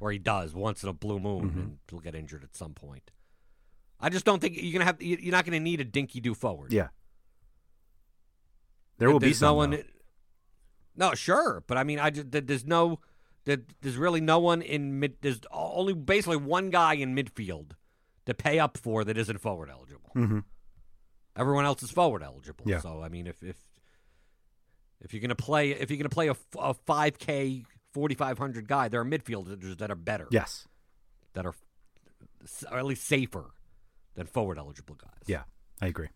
S1: or he does once in a blue moon,
S4: Mm-hmm.
S1: and he'll get injured at some point. I just don't think you're gonna have. you- You're not gonna need a dinky do forward.
S4: Yeah. There will be
S1: There's no
S4: someone.
S1: one. No, sure, but I mean, I just there- there's no there, there's really no one in mid. There's only basically one guy in midfield to pay up for that isn't forward eligible.
S4: mm-hmm.
S1: Everyone else is forward eligible.
S4: Yeah.
S1: So I mean, if if if you're gonna play if you're gonna play a five k forty five hundred guy, there are midfielders that are better.
S4: Yes.
S1: That are s- or at least safer than forward eligible guys.
S4: Yeah, I agree.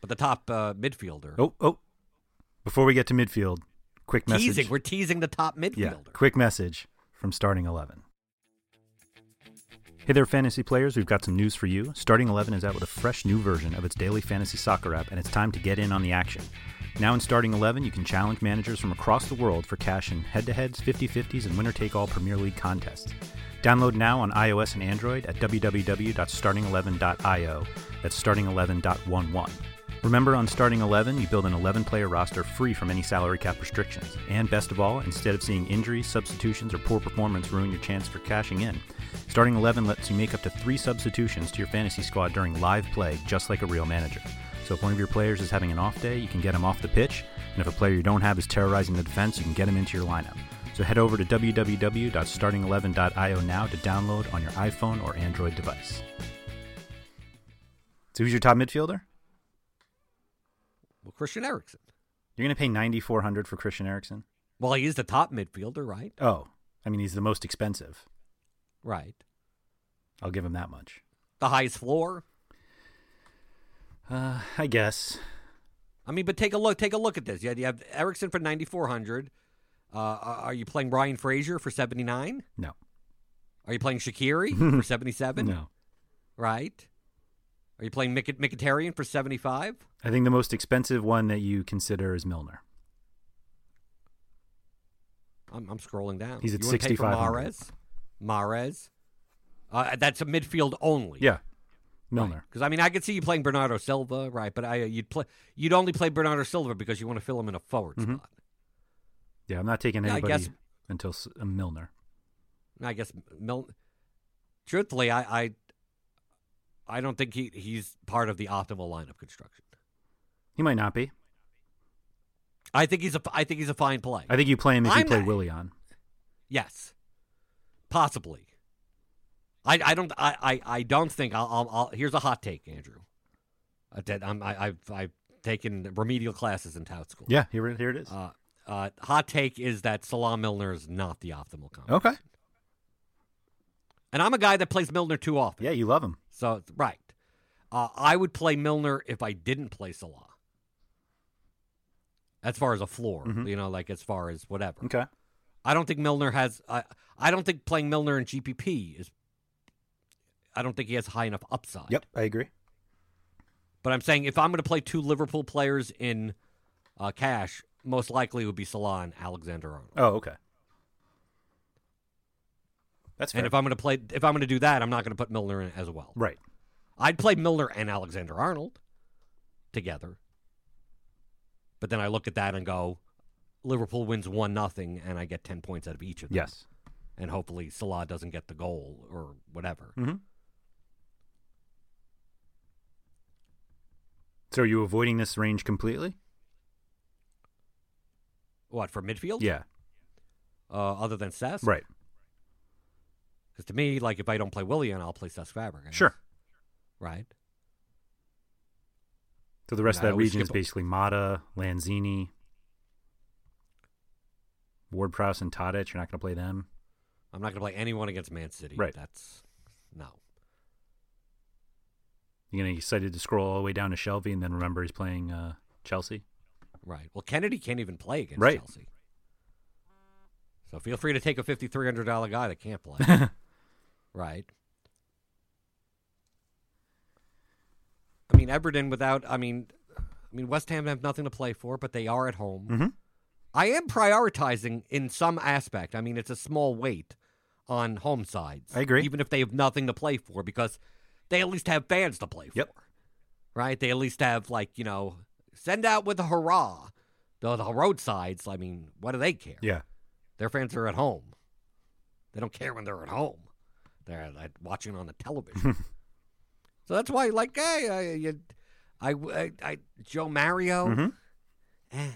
S1: But the top uh, midfielder.
S4: Oh, oh. Before we get to midfield, quick
S1: teasing.
S4: message.
S1: We're teasing the top midfielder.
S4: Yeah. Quick message from Starting 11. Hey there, fantasy players. We've got some news for you. Starting 11 is out with a fresh new version of its daily fantasy soccer app, and it's time to get in on the action. Now in Starting 11, you can challenge managers from across the world for cash in head to heads, 50 50s, and winner take all Premier League contests. Download now on iOS and Android at www.starting11.io. That's starting11.11. Remember, on Starting 11, you build an 11 player roster free from any salary cap restrictions. And best of all, instead of seeing injuries, substitutions, or poor performance ruin your chance for cashing in, Starting 11 lets you make up to three substitutions to your fantasy squad during live play, just like a real manager. So if one of your players is having an off day, you can get him off the pitch. And if a player you don't have is terrorizing the defense, you can get him into your lineup. So head over to www.starting11.io now to download on your iPhone or Android device. So who's your top midfielder?
S1: Well, Christian Eriksen.
S4: You're going to pay 9400 for Christian Eriksen?
S1: Well, he is the top midfielder, right?
S4: Oh, I mean he's the most expensive.
S1: Right.
S4: I'll give him that much.
S1: The highest floor.
S4: Uh, I guess.
S1: I mean, but take a look. Take a look at this. Yeah, you have Erickson for ninety four hundred. Uh, are you playing Brian Frazier for seventy nine?
S4: No.
S1: Are you playing Shakiri for seventy seven?
S4: No.
S1: Right. Are you playing Mik- Mkhitaryan for seventy five?
S4: I think the most expensive one that you consider is Milner.
S1: I'm, I'm scrolling down.
S4: He's at
S1: You wanna pay for
S4: 6,500.
S1: Mahrez. Mahrez. Uh, that's a midfield only.
S4: Yeah. Milner.
S1: Because I mean, I could see you playing Bernardo Silva, right? But I uh, you'd play you'd only play Bernardo Silva because you want to fill him in a forward
S4: Mhm.
S1: spot.
S4: Yeah, I'm not taking
S1: Yeah, I
S4: anybody
S1: guess-
S4: until S- uh, Milner.
S1: I guess Milton. Truthfully, I, I I don't think he he's part of the optimal lineup construction.
S4: He might not be.
S1: I think he's a I think he's a fine play.
S4: I think you play him if you
S1: I'm
S4: play
S1: not-
S4: Willian.
S1: yes, possibly. I, I don't I, I, I don't think I'll, I'll, I'll here's a hot take, Andrew. Uh, that I'm, I, I've I've taken remedial classes in tout school.
S4: Yeah, here, here it is.
S1: Uh, uh, hot take is that Salah Milner is not the optimal combo.
S4: okay.
S1: And I'm a guy that plays Milner too often.
S4: Yeah, you love him.
S1: So right, uh, I would play Milner if I didn't play Salah. As far as a floor,
S4: Mhm.
S1: you know, like as far as whatever.
S4: Okay.
S1: I don't think Milner has. I I don't think playing Milner in GPP is. I don't think he has high enough upside.
S4: I agree.
S1: But I'm saying if I'm going to play two Liverpool players in uh, cash, most likely it would be Salah and Alexander Arnold.
S4: Oh, okay. That's fair.
S1: and if I'm going to play, if I'm going to do that, I'm not going to put Milner in as well.
S4: right.
S1: I'd play Milner and Alexander Arnold together. But then I look at that and go, Liverpool wins one nothing, and I get ten points out of each of them.
S4: Yes.
S1: and hopefully Salah doesn't get the goal or whatever.
S4: Mm-hmm. So are you avoiding this range completely?
S1: What for midfield?
S4: Yeah.
S1: Uh, other than Cesc,
S4: Right.
S1: Because to me, like if I don't play Willian, I'll play Cesc Fabregas.
S4: Sure.
S1: Right.
S4: So the rest
S1: I
S4: of that
S1: always
S4: region is
S1: skip-
S4: basically Mata, Lanzini, Ward Prowse, and Tadic. You're not going to play them.
S1: I'm not going to play anyone against Man City.
S4: Right.
S1: That's no.
S4: You're going to be excited to scroll all the way down to Shelby and then remember he's playing uh, Chelsea.
S1: Right. Well, Kennedy can't even play against
S4: Right.
S1: Chelsea. So feel free to take a fifty three hundred dollar guy that can't play. right. I mean Everton without I mean I mean West Ham have nothing to play for, but they are at home.
S4: Mhm.
S1: I am prioritizing in some aspect. I mean it's a small weight on home sides.
S4: I agree.
S1: Even if they have nothing to play for because they at least have fans to play
S4: Yep.
S1: for. Right? They at least have like, you know, send out with a hurrah. The, the roadsides, I mean, what do they care?
S4: Yeah.
S1: Their fans are at home. They don't care when they're at home. They're like, watching on the television. so that's why, like, hey, I, you, I, I, I- Joe Mario,
S4: Mhm.
S1: eh,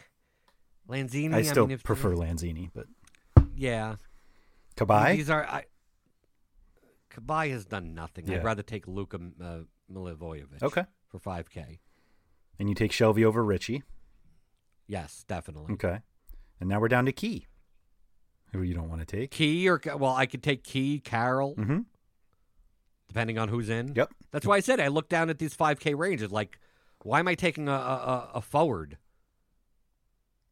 S1: Lanzini.
S4: I still
S1: Oh, mean, if-
S4: prefer Lanzini, but
S1: Yeah, I mean,
S2: Kabai?
S1: these are. I, Kabay has done nothing.
S4: Yeah.
S1: I'd rather take Luka uh, Milivojevic.
S4: Okay.
S1: For five k.
S4: and you take Shelby over Richie.
S1: Yes, definitely.
S4: Okay. And now we're down to Key, who you don't want to take.
S1: Key or well, I could take Key Carroll.
S4: Mm-hmm.
S1: depending on who's in.
S4: Mm. Yep.
S1: That's why I said I look down at these 5K ranges. Like, why am I taking a, a, a- a forward?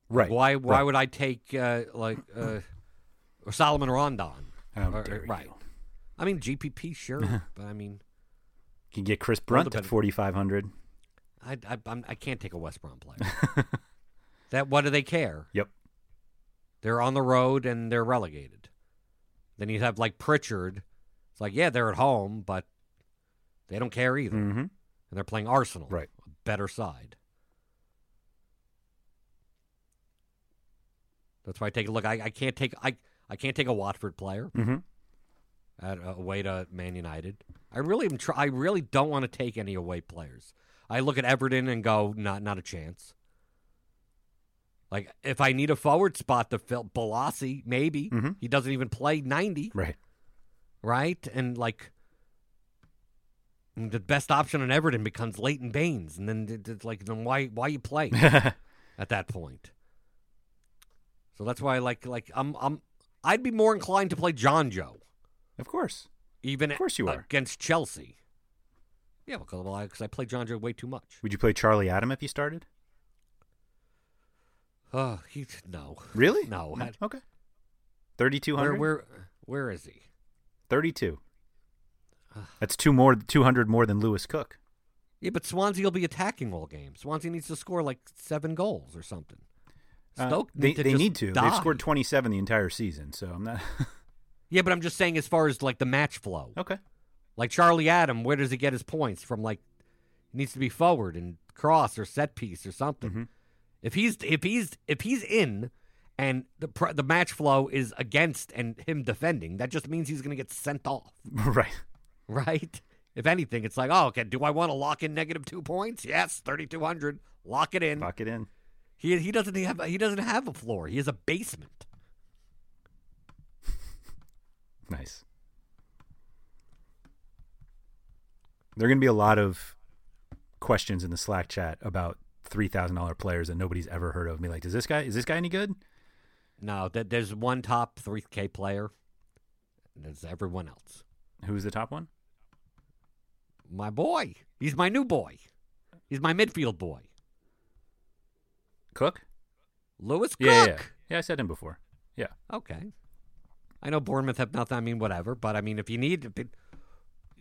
S4: Right.
S1: Why why
S4: right.
S1: would I take uh, like uh, or Solomon Rondon?
S4: How
S1: Or-
S4: dare
S1: right.
S4: you.
S1: I mean GPP sure, but I mean
S4: You can get Chris Brunt at
S1: depending-
S4: 4,500.
S1: I I I'm, I can't take a West Brom player. that what do they care?
S4: Yep.
S1: They're on the road and they're relegated. Then you have like Pritchard. It's like yeah, they're at home, but they don't care either, and
S4: Mm-hmm.
S1: they're playing Arsenal,
S4: Right.
S1: a better side. That's why I take a look. I, I can't take I I can't take a Watford player
S4: Mm-hmm.
S1: at uh, away to Man United. I really am try- I really don't want to take any away players. I look at Everton and go, not not a chance. Like if I need a forward spot to fill Balassi, maybe
S4: Mhm.
S1: he doesn't even play ninety,
S4: Right.
S1: right? And like the best option on Everton becomes Leighton Baines, and then it- it's like then why why you play? at that point. So that's why, like, like I'm, I'm, I'd be more inclined to play John Joe,
S4: of course.
S1: even
S4: Of course you are.
S1: against Chelsea. Yeah, because well, 'cause I play John Joe way too much.
S4: Would you play Charlie Adam if you started?
S1: Oh, he no,
S4: Really?
S1: no. I-
S4: Okay.
S1: where,
S4: 3,200?
S1: where, where is he?
S4: 32. That's two more, 200 more than Lewis Cook.
S1: Yeah, but Swansea will be attacking all game. Swansea needs to score like seven goals or something.
S4: Uh,
S1: Stoke
S4: they
S1: need to
S4: they
S1: just
S4: need to.
S1: die.
S4: They've scored 27 the entire season, so I'm not.
S1: Yeah, but I'm just saying, as far as like the match flow,
S4: okay.
S1: Like Charlie Adam, where does he get his points from? Like, he needs to be forward and cross or set piece or something.
S4: Mhm.
S1: If he's if he's if he's in, and the pr- the match flow is against and him defending, that just means he's going to get sent off,
S4: right.
S1: right? If anything, it's like, oh, okay, do I want to lock in negative two points? Yes, thirty two hundred, lock it in.
S4: Lock it in.
S1: He he doesn't have he doesn't have a floor. He has a basement.
S4: Nice. There are going to be a lot of questions in the Slack chat about three thousand dollar players that nobody's ever heard of. Me like, does this guy? Is this guy any good?
S1: No, th- there's one top three K player. And there's everyone else.
S4: Who's the top one?
S1: my boy. He's my new boy. He's my midfield boy.
S4: Cook.
S1: Lewis Cook.
S4: Yeah, yeah, yeah. Yeah, I said him before. Yeah,
S1: Okay. I know Bournemouth have nothing. I mean, whatever. But I mean, if you need, if it-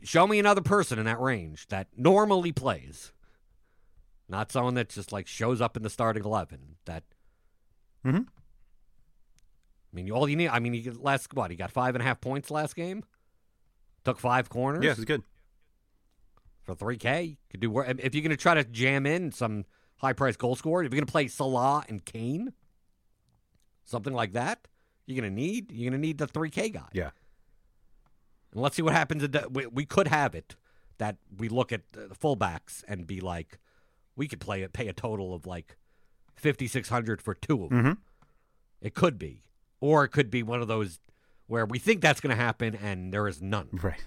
S1: show me another person in that range that normally plays, not someone that just like shows up in the starting eleven. That
S4: Mhm.
S1: I mean, all you need. I mean, he last what he got five and a half points last game. Took five corners.
S4: yeah, he's good.
S1: for 3K. Could do wor- if you're going to try to jam in some high price goal scorer. If you're going to play Salah and Kane, something like that, you're going to need you're going to need the 3K guy.
S4: Yeah,
S1: And let's see what happens. at the- We, we could have it that we look at the fullbacks and be like, we could play it, pay a total of like 5,600 for two of them.
S4: Mhm.
S1: It could be, or it could be one of those where we think that's going to happen and there is none.
S4: right.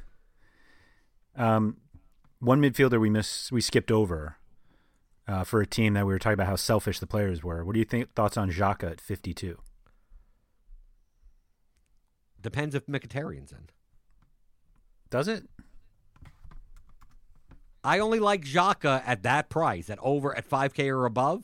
S4: Um, one midfielder we miss we skipped over. Uh, for a team that we were talking about how selfish the players were, what do you think? Thoughts on Xhaka at fifty-two?
S1: Depends if Mkhitaryan's in.
S4: Does it?
S1: I only like Xhaka at that price, at over at 5K or above,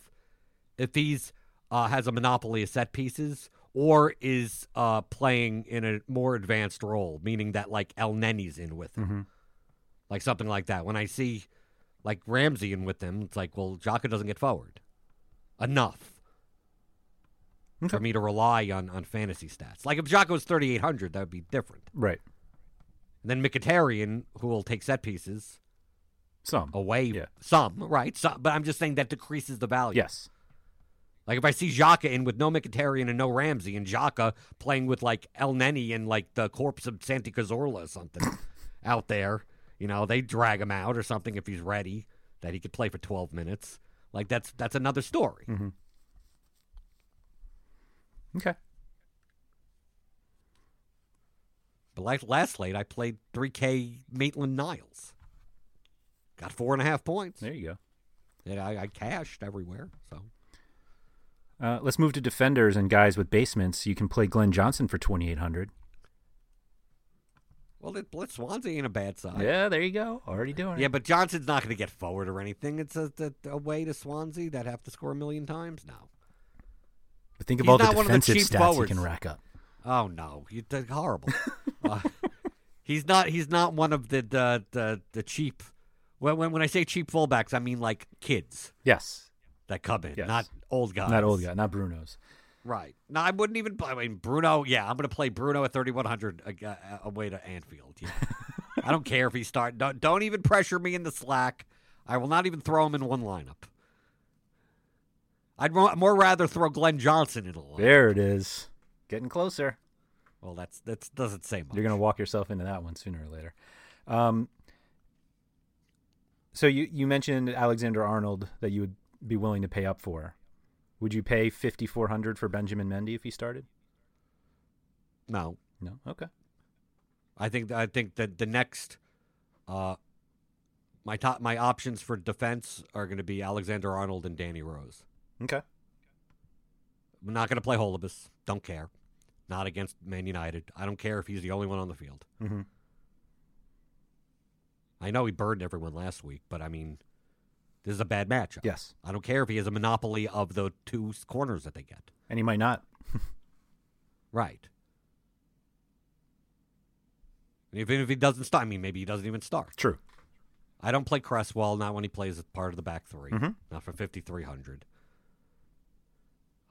S1: if he's uh, has a monopoly of set pieces or is uh, playing in a more advanced role, meaning that like El Nenny's in with him,
S4: Mm-hmm.
S1: like something like that. When I see like Ramsey in with them, it's like, well, Xhaka doesn't get forward enough for me to rely on on fantasy stats. Like if Xhaka was 3,800, that would be different.
S4: Right.
S1: And then Mkhitaryan, who will take set pieces,
S4: Some.
S1: away
S4: Yeah.
S1: some, right? Some, but I'm just saying that decreases the value.
S4: Yes.
S1: Like if I see Xhaka in with no Mkhitaryan and no Ramsey and Xhaka playing with like El Neni and like the corpse of Santi Cazorla or something out there, you know, they drag him out or something if he's ready that he could play for 12 minutes. Like that's that's another story.
S4: Mm-hmm. Okay.
S1: But like last slate, I played 3K Maitland Niles. Got four and a half points.
S4: There you
S1: And I, I cashed everywhere. So
S4: go. Uh, let's move to defenders and guys with basements. You can play Glenn Johnson for twenty eight hundred.
S1: Well, it, well, Swansea ain't a bad side.
S4: yeah, there you go. Already doing it.
S1: Yeah, but Johnson's not going to get forward or anything. It's a, a, a way to Swansea that have to score a million times now.
S4: But think of
S1: He's
S4: all the
S1: not one of the
S4: defensive
S1: cheap
S4: stats
S1: forwards.
S4: he can rack up.
S1: Oh no, you did horrible. uh, he's not. He's not one of the the the, the cheap. When, when when I say cheap fullbacks, I mean like kids
S4: Yes.
S1: that come in,
S4: Yes.
S1: not old guys.
S4: Not old guy, not Bruno's.
S1: Right. No, I wouldn't even. I mean, Bruno. Yeah, I'm going to play Bruno at 3100 ag- uh, away to Anfield. Yeah. I don't care if he start. Don't, don't even pressure me in the slack. I will not even throw him in one lineup. I'd more, more rather throw Glenn Johnson in a lineup.
S4: There it is. Getting closer.
S1: Well, that's that's doesn't say much.
S4: You're going to walk yourself into that one sooner or later. Um, so you, you mentioned Alexander Arnold that you would be willing to pay up for. Would you pay 5400 for Benjamin Mendy if he started?
S1: no.
S4: No. Okay.
S1: I think I think that the next, uh, my top my options for defense are going to be Alexander Arnold and Danny Rose.
S4: Okay.
S1: I'm not going to play Holibus. Don't care. Not against Man United. I don't care if he's the only one on the field.
S4: Mhm.
S1: I know he burned everyone last week, but I mean, this is a bad matchup.
S4: Yes.
S1: I don't care if he has a monopoly of the two s- corners that they get.
S4: And he might not.
S1: Right. And Even if he doesn't start, I mean, maybe he doesn't even start.
S4: True.
S1: I don't play Cresswell, not when he plays as part of the back 3
S4: Mhm.
S1: Not for 5,300.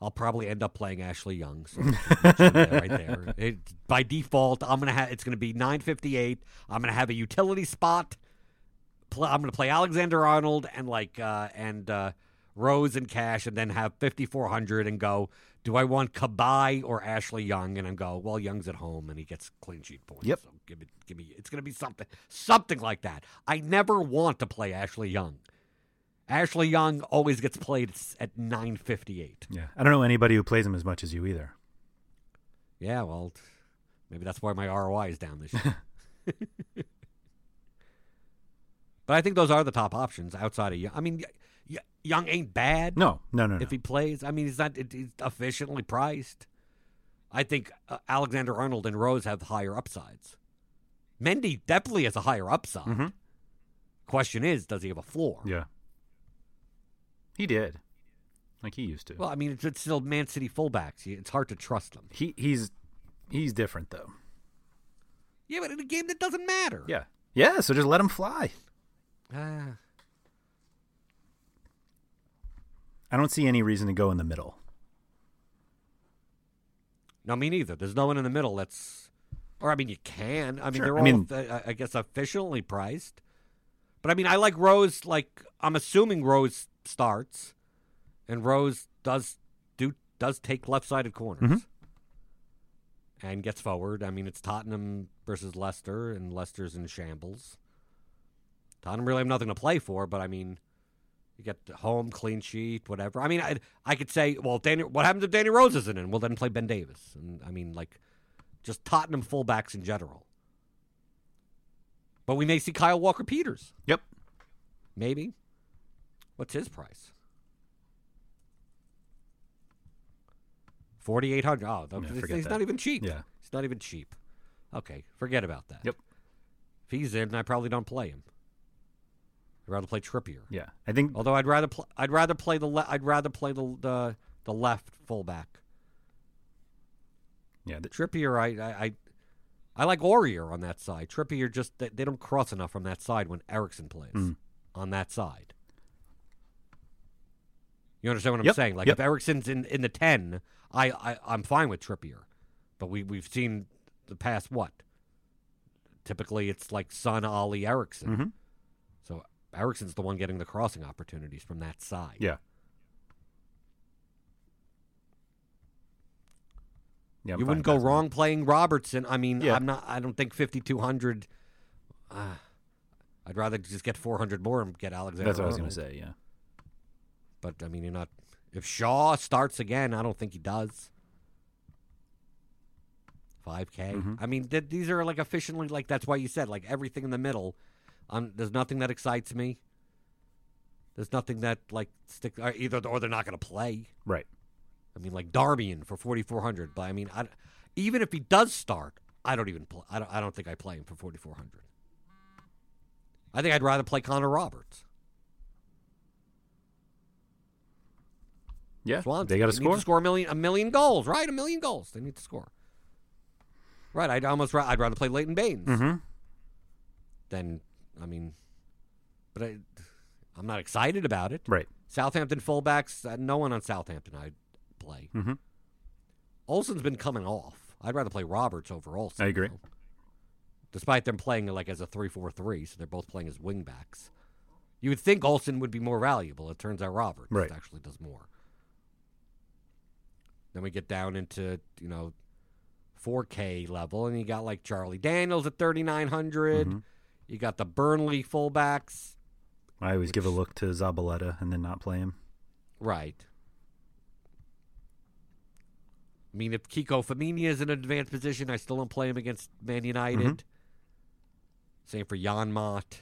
S1: I'll probably end up playing Ashley Young. So just mention that right there. It, by default, I'm gonna have it's gonna be 958. I'm gonna have a utility spot. Pl- I'm gonna play Alexander Arnold and like uh, and uh, Rose and Cash, and then have 5,400 and go. Do I want Kabai or Ashley Young? And I go, well, Young's at home and he gets clean sheet points.
S4: Yep.
S1: So give me, give me. It's gonna be something, something like that. I never want to play Ashley Young. Ashley Young always gets played s- at 958.
S4: Yeah. I don't know anybody who plays him as much as you either.
S1: Yeah, well, t- maybe that's why my ROI is down this year. but I think those are the top options outside of Young. I mean, y- y- Young ain't bad
S4: No. No, no, no.
S1: if he plays. I mean, he's not it- he's efficiently priced. I think uh, Alexander Arnold and Rose have higher upsides. Mendy definitely has a higher upside.
S4: Mhm.
S1: Question is, does he have a floor?
S4: Yeah. He did. Like he used to.
S1: Well, I mean, it's, it's still Man City fullbacks. You- It's hard to trust them.
S4: he he's he's different though.
S1: Yeah, but in a game that doesn't matter.
S4: Yeah. Yeah, so just let him fly.
S1: Ah.
S4: I don't see any reason to go in the middle.
S1: No, me neither. There's no one in the middle that's, or I mean, you can. I mean,
S4: Sure.
S1: they're
S4: I
S1: all,
S4: mean-
S1: uh, I guess, efficiently priced. But I mean, I like Rose. Like I'm assuming Rose starts, and Rose does do does take left-sided corners
S4: Mhm.
S1: and gets forward. I mean, it's Tottenham versus Leicester, and Leicester's in shambles. Tottenham really have nothing to play for, but I mean, you get the home clean sheet, whatever. I mean, I I could say, well, Danny, what happens if Danny Rose isn't in? Well, then play Ben Davis, and I mean, like, just Tottenham fullbacks in general. But we may see Kyle Walker Peters,
S4: Yep.
S1: maybe. What's his price? Forty eight hundred. Oh,
S4: Yeah,
S1: he's,
S4: forget
S1: he's
S4: that.
S1: not even cheap.
S4: Yeah.
S1: he's not even cheap. Okay, forget about that.
S4: Yep.
S1: If he's in, I probably don't play him. I'd rather play Trippier.
S4: Yeah. I think
S1: Although I'd rather pl- I'd rather play the le- I'd rather play the the, the left fullback.
S4: yeah, th-
S1: Trippier, I I, I, I like Aurier on that side. Trippier just they, they don't cross enough from that side when Erickson plays
S4: Mm.
S1: on that side. You understand what I'm
S4: Yep,
S1: saying? Like
S4: yep.
S1: if Erickson's in, in the ten, I, I I'm fine with Trippier, but we we've seen the past what. Typically, it's like Son, Ali, Erickson.
S4: Mhm.
S1: So Erickson's the one getting the crossing opportunities from that side.
S4: yeah. Yeah, I'm
S1: you
S4: fine
S1: wouldn't
S4: with
S1: go
S4: that.
S1: wrong playing Robertson. I mean,
S4: Yeah.
S1: I'm not. I don't think 5200. Uh, I'd rather just get 400 more and get Alexander.
S4: That's what I was going
S1: Arnold.
S4: to say, yeah.
S1: But I mean, you're not. If Shaw starts again, I don't think he does. 5K.
S4: Mhm.
S1: I mean, th- these are like efficiently like that's why you said like everything in the middle. Um, there's nothing that excites me. There's nothing that like stick or either or they're not going to play.
S4: Right.
S1: I mean, like Darmian for 4,400. But I mean, I, even if he does start, I don't even play. I don't, I don't think I play him for 4,400. I think I'd rather play Connor Roberts.
S4: Yeah,
S1: Swansea.
S4: they got to
S1: Need
S4: score.
S1: to score a million, a million goals, right? A million goals. They need to score. Right. I'd almost. ra- I'd rather play Leighton Baines
S4: hmm
S1: than. I mean, but I, I'm not excited about it.
S4: Right.
S1: Southampton fullbacks. Uh, no one on Southampton. I'd play.
S4: hmm
S1: Olsen's been coming off. I'd rather play Roberts over Olsen.
S4: I agree.
S1: though. Despite them playing like as a 3-4-3, so they're both playing as wingbacks. You would think Olsen would be more valuable. It turns out Roberts
S4: Right.
S1: actually does more. Then we get down into, you know, 4K level and you got like Charlie Daniels at 3900.
S4: Mhm.
S1: You got the Burnley fullbacks.
S4: I always give a look to Zabaleta and then not play him.
S1: Right. I mean, if Kiko Femini is in an advanced position, I still don't play him against Man United. Same for Jan Mott.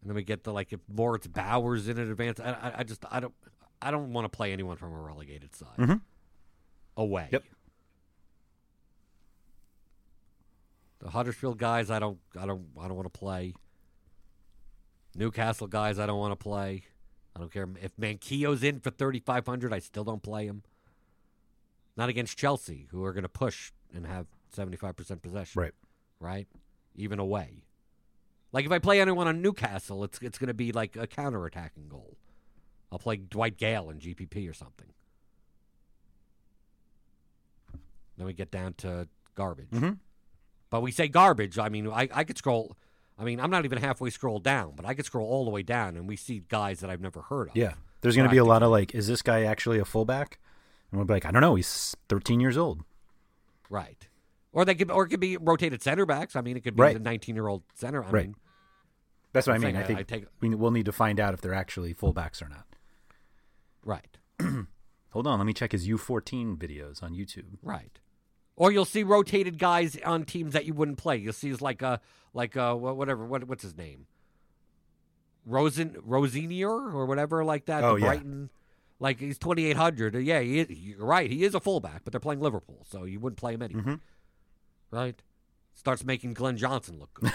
S1: And then we get the like if Moritz Bowers in an advanced. I, I, I just I don't I don't want to play anyone from a relegated side
S4: Mhm.
S1: away.
S4: Yep.
S1: The Huddersfield guys, I don't I don't I don't want to play. Newcastle guys, I don't want to play. I don't care if Manquillo's in for 3500, I still don't play him. Not against Chelsea, who are going to push and have 75% possession,
S4: Right.
S1: right? Even away. Like if I play anyone on Newcastle, it's it's going to be like a counter-attacking goal. I'll play Dwight Gale in GPP or something. Then we get down to garbage.
S4: Mhm.
S1: But we say garbage. I mean, I, I could scroll. I mean, I'm not even halfway scrolled down, but I could scroll all the way down, and we see guys that I've never heard of.
S4: Yeah. There's going to be a lot of like, is this guy actually a fullback? And we'll be like, I don't know. He's 13 years old.
S1: Right. Or they could, or it could be rotated center backs. I mean, it could be
S4: Right.
S1: the 19 year old center. I
S4: Right.
S1: mean,
S4: That's what I
S1: I'm
S4: mean.
S1: saying
S4: I
S1: I-
S4: think
S1: I take-
S4: we, we'll need to find out if they're actually fullbacks or not.
S1: right,
S4: Hold on. Let me check his U14 videos on YouTube.
S1: right. Or you'll see rotated guys on teams that you wouldn't play. You'll see is like a like a wha- whatever what what's his name, Rosen Rosinier or whatever like that.
S4: Oh,
S1: the
S4: yeah.
S1: Brighton, like he's 2800. Yeah, he is, you're right. He is a fullback, but they're playing Liverpool, so you wouldn't play him anyway.
S4: Mhm.
S1: Right. Starts making Glenn Johnson look good.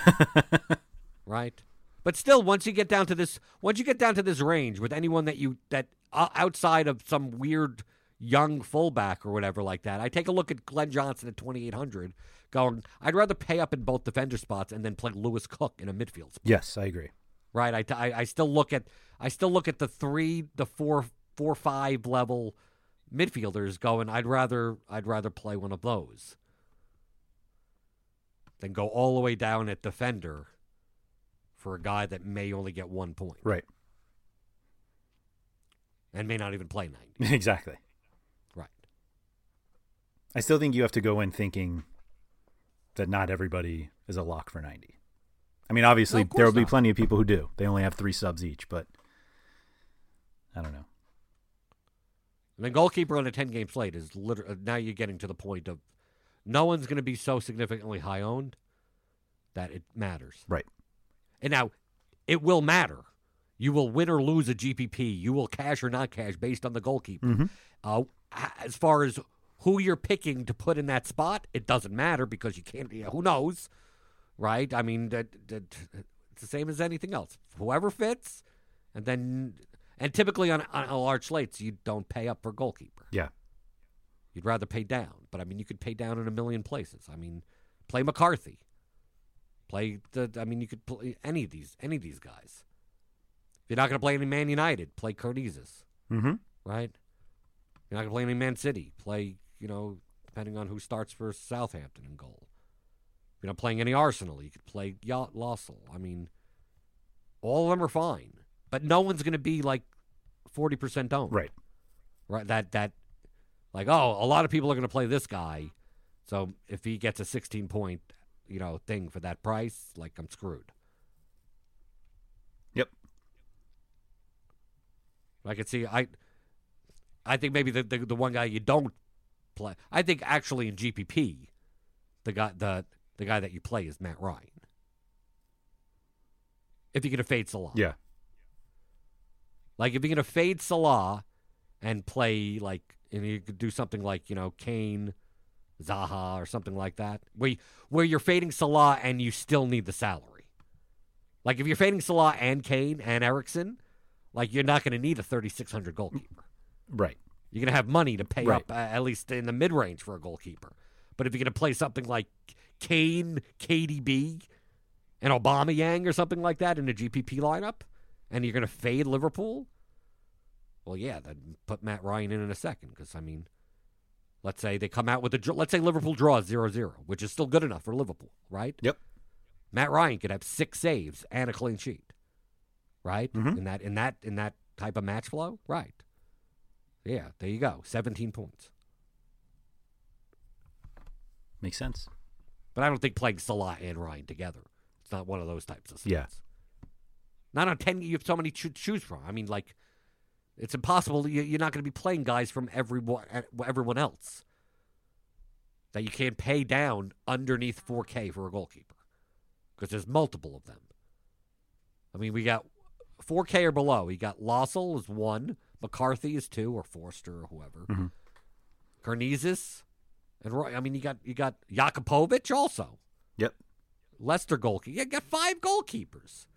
S1: right? But still, once you get down to this, once you get down to this range with anyone that you that o- outside of some weird young fullback or whatever like that, I take a look at Glenn Johnson at twenty eight hundred, going, I'd rather pay up in both defender spots and then play Lewis Cook in a midfield spot,
S4: Yes, I agree.
S1: right? I, I I still look at I still look at the three, the four, four five level midfielders going. I'd rather I'd rather play one of those than go all the way down at defender for a guy that may only get one point
S4: Right.
S1: and may not even play 90.
S4: exactly.
S1: Right.
S4: I still think you have to go in thinking that not everybody is a lock for 90. I mean, obviously,
S1: No, of
S4: there will
S1: course
S4: be
S1: not.
S4: plenty of people who do. They only have three subs each, but I don't know.
S1: And then goalkeeper on a 10 game slate is literally now you're getting to the point of no one's going to be so significantly high owned that it matters.
S4: Right.
S1: And now it will matter. You will win or lose a GPP. You will cash or not cash based on the goalkeeper.
S4: Mhm.
S1: Uh, h- as far as who you're picking to put in that spot, it doesn't matter because you can't. You know, who knows, right? I mean, that, that, it's the same as anything else. Whoever fits, and then and typically on, on large slates, you don't pay up for goalkeeper.
S4: Yeah.
S1: You'd rather pay down, but I mean, you could pay down in a million places. I mean, play McCarthy. Play the. I mean, you could play any of these. Any of these guys. If you're not going to play any Man United, play Cardizas
S4: Mm-hmm.
S1: right? You're not going to play any Man City. Play, you know, depending on who starts for Southampton in goal. If you're not playing any Arsenal, you could play Yacht Lossel. I mean, all of them are fine, but no one's going to be like 40% owned.
S4: Right.
S1: Right. That, that, like, oh, a lot of people are going to play this guy. So if he gets a 16 point, you know, thing for that price, like, I'm screwed.
S4: Yep.
S1: I could see I I think maybe the, the the one guy you don't play I think actually in GPP the guy the the guy that you play is Matt Ryan. If you're gonna fade Salah.
S4: Yeah.
S1: Like if you're gonna fade Salah and play like and you could do something like, you know, Kane, Zaha or something like that, where you, where you're fading Salah and you still need the salary. Like if you're fading Salah and Kane and Erickson, like you're not going to need a 3600 goalkeeper.
S4: Right.
S1: You're going to have money to pay
S4: Right.
S1: up uh, at least in the mid range for a goalkeeper. But if you're going to play something like Kane, KDB, and Obama Yang or something like that in a GPP lineup, and you're going to fade Liverpool, well, yeah, then put Matt Ryan in in a second because I mean, let's say they come out with a dr- let's say Liverpool draws 0-0, which is still good enough for Liverpool, right?
S4: Yep.
S1: Matt Ryan could have six saves and a clean sheet, right?
S4: Mhm.
S1: In that in that in that type of match flow, right? Yeah, there you go, seventeen points.
S4: Makes sense.
S1: But I don't think playing Salah and Ryan together. It's not one of those types of stats.
S4: Yeah.
S1: Not on ten. You have so many to choose from. I mean, like, it's impossible. You- You're not going to be playing guys from everyone, everyone else that you can't pay down underneath 4K for a goalkeeper because there's multiple of them. I mean, we got 4K or below. You got Lossell is one, McCarthy is two, or Forster or whoever.
S4: Mhm.
S1: Karnizes and Roy. I mean, you got you got Jakupovic also.
S4: Yep.
S1: Leicester goalkeeper. You got five goalkeepers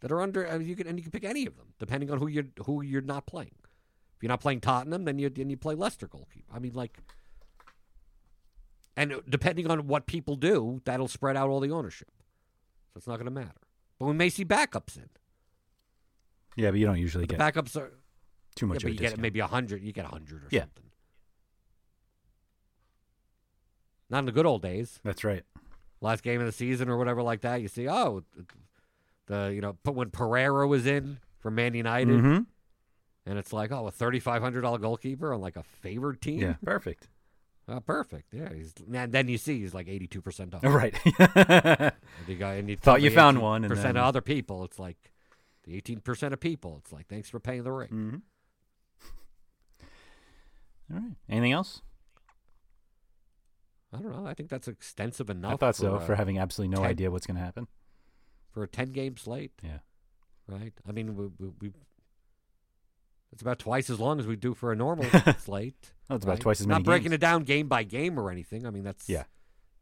S1: that are under. I mean, you can and you can pick any of them depending on who you're who you're not playing. If you're not playing Tottenham, then you then you play Leicester goalkeeper. I mean, like, and depending on what people do, that'll spread out all the ownership. So it's not going to matter. But we may see backups in.
S4: Yeah, but you don't usually
S1: But the
S4: get
S1: backups are
S4: too
S1: yeah, but
S4: much of a
S1: you
S4: discount.
S1: get maybe a hundred. You get a hundred or
S4: Yeah.
S1: something. Not in the good old days
S4: That's right.
S1: last game of the season or whatever like that. You see, oh, the you know, but when Pereira was in for Man United,
S4: Mhm.
S1: and it's like, oh, a thirty five hundred dollar goalkeeper on like a favored team.
S4: Yeah, perfect.
S1: Oh, perfect. Yeah, he's, and then you see he's like eighty two percent off.
S4: All right. Mm-hmm.
S1: And you, go, and you
S4: Thought you
S1: the
S4: found one, and
S1: 18%
S4: then-
S1: of other people. It's like the eighteen percent of people. It's like thanks for paying the rate.
S4: Mhm. All right. Anything else?
S1: I don't know. I think that's extensive enough.
S4: I thought so.
S1: a-
S4: For having absolutely no
S1: ten-
S4: idea what's going to happen.
S1: for a ten game slate.
S4: Yeah.
S1: right? I mean, we, we, we it's about twice as long as we do for a normal slate.
S4: That's about
S1: right?
S4: twice as
S1: Not
S4: many
S1: breaking
S4: games.
S1: it down game by game or anything. I mean, that's
S4: Yeah.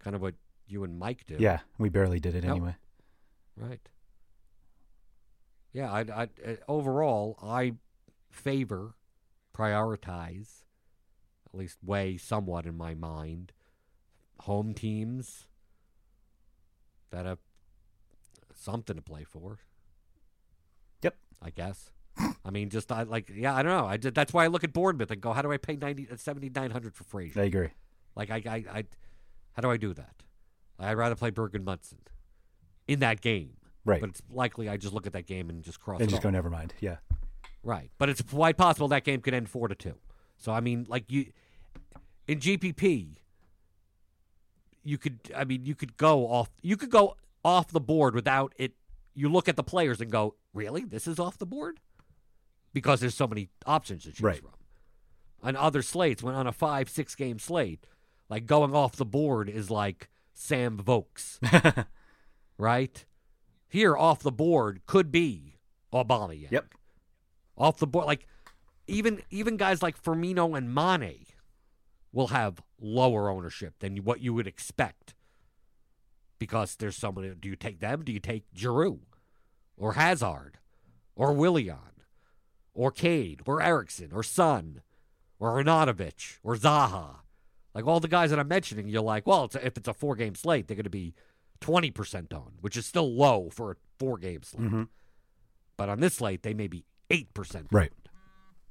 S1: kind of what you and Mike do.
S4: Yeah, we barely did it
S1: Nope.
S4: anyway.
S1: right. Yeah, I, I uh, overall I favor, prioritize, at least weigh somewhat in my mind, home teams that have something to play for.
S4: Yep.
S1: I guess. I mean, just I like, yeah, I don't know. I did, that's why I look at Bournemouth and go, how do I pay ninety seventy nine hundred for Frazier?
S4: I agree.
S1: Like, I, I, I, how do I do that? I'd rather play Bergen Munson in that game,
S4: Right.
S1: But it's likely I just look at that game and just cross.
S4: And
S1: it
S4: just
S1: off.
S4: go, never mind. Yeah.
S1: Right, but it's quite possible that game could end four to two. So I mean, like you in GPP, you could I mean you could go off you could go off the board without it. You look at the players and go, really, this is off the board because there's so many options to choose
S4: Right.
S1: from. On other slates, when on a five six game slate, like going off the board is like Sam Vokes, right? Here off the board could be Obama
S4: Yep.
S1: off the board. Like even even guys like Firmino and Mane will have lower ownership than you- what you would expect because there's somebody. Do you take them? Do you take Giroud or Hazard or Willian or Cade or Erickson or Son or Ronatovic or Zaha? Like all the guys that I'm mentioning, you're like, well, it's a, if it's a four game slate, they're going to be 20% owned, which is still low for a four game slate.
S4: hmm
S1: But on this slate, they may be 8%
S4: Right.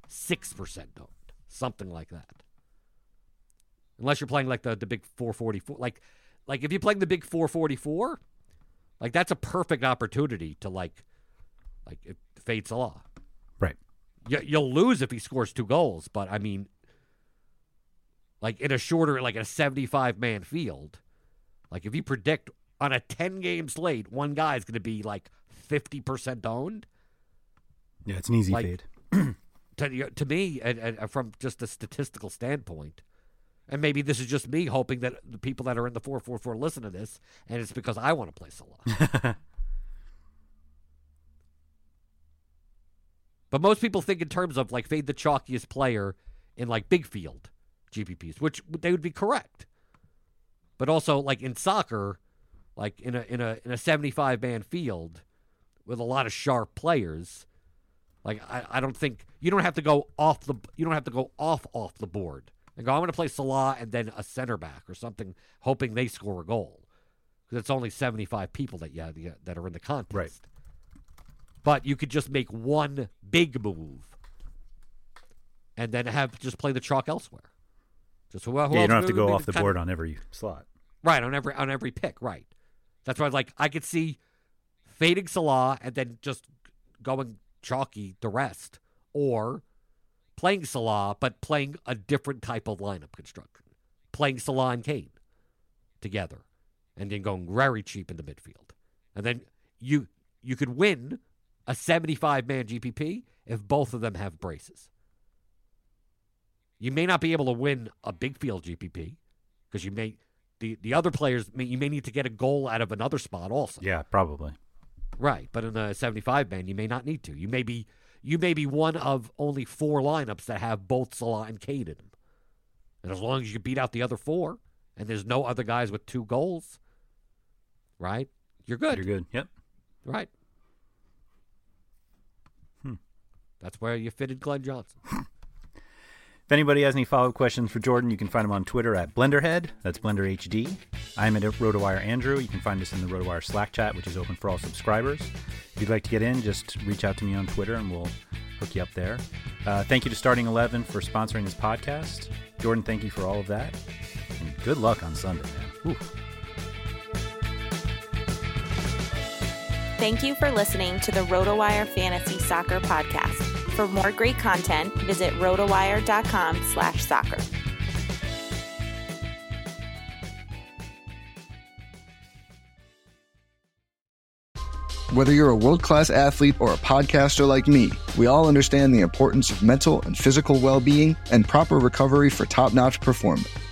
S1: six percent owned, something like that. Unless you're playing like the the big four forty four, like like if you're playing the big four forty four, like that's a perfect opportunity to like like it fades law.
S4: Right.
S1: You, you'll lose if he scores two goals, but I mean, like in a shorter, like a seventy-five man field, like if you predict on a ten-game slate, one guy's going to be like fifty percent owned.
S4: Yeah, it's an easy
S1: Like-
S4: fade.
S1: to, to me, and, and from just a statistical standpoint, and maybe this is just me hoping that the people that are in the 444 listen to this, and it's because I want to play Salah. but most people think in terms of like fade the chalkiest player in like big field GPPs, which they would be correct. But also, like in soccer, like in a in a in a seventy five man field with a lot of sharp players, like I, I don't think you don't have to go off the you don't have to go off off the board and go. I'm going to play Salah and then a center back or something, hoping they score a goal because it's only seventy five people that you, have- you that are in the contest. But you could just make one big move and then have just play the chalk elsewhere. Just who, who
S4: yeah,
S1: else
S4: you don't have to
S1: maybe-
S4: go
S1: maybe
S4: off the
S1: kind of-
S4: board on every slot.
S1: Right, on every on every pick, right. That's why I was like I could see fading Salah and then just going chalky the rest. Or playing Salah but playing a different type of lineup construction. Playing Salah and Kane together. And then going very cheap in the midfield. And then you you could win a seventy five man GPP if both of them have braces. You may not be able to win a big field GPP because you may the the other players may, you may need to get a goal out of another spot also.
S4: Yeah, probably.
S1: Right, but in a 75 man you may not need to. You may be you may be one of only four lineups that have both Salah and Kane in them. And as long as you beat out the other four and there's no other guys with two goals, right? You're good.
S4: You're good. Yep.
S1: Right.
S4: Hmm.
S1: That's where you fitted Glenn Johnson.
S4: If anybody has any follow up questions for Jordan, you can find him on Twitter at Blenderhead. That's BlenderHD. I'm at RotoWire Andrew. You can find us in the RotoWire Slack chat, which is open for all subscribers. If you'd like to get in, just reach out to me on Twitter and we'll hook you up there. Uh, thank you to Starting 11 for sponsoring this podcast. Jordan, thank you for all of that. And good luck on Sunday, man. Ooh.
S3: Thank you for listening to the RotoWire Fantasy Soccer Podcast. For more great content, visit rotowire.com slash soccer.
S5: Whether you're a world class athlete or a podcaster like me, we all understand the importance of mental and physical well being and proper recovery for top notch performance.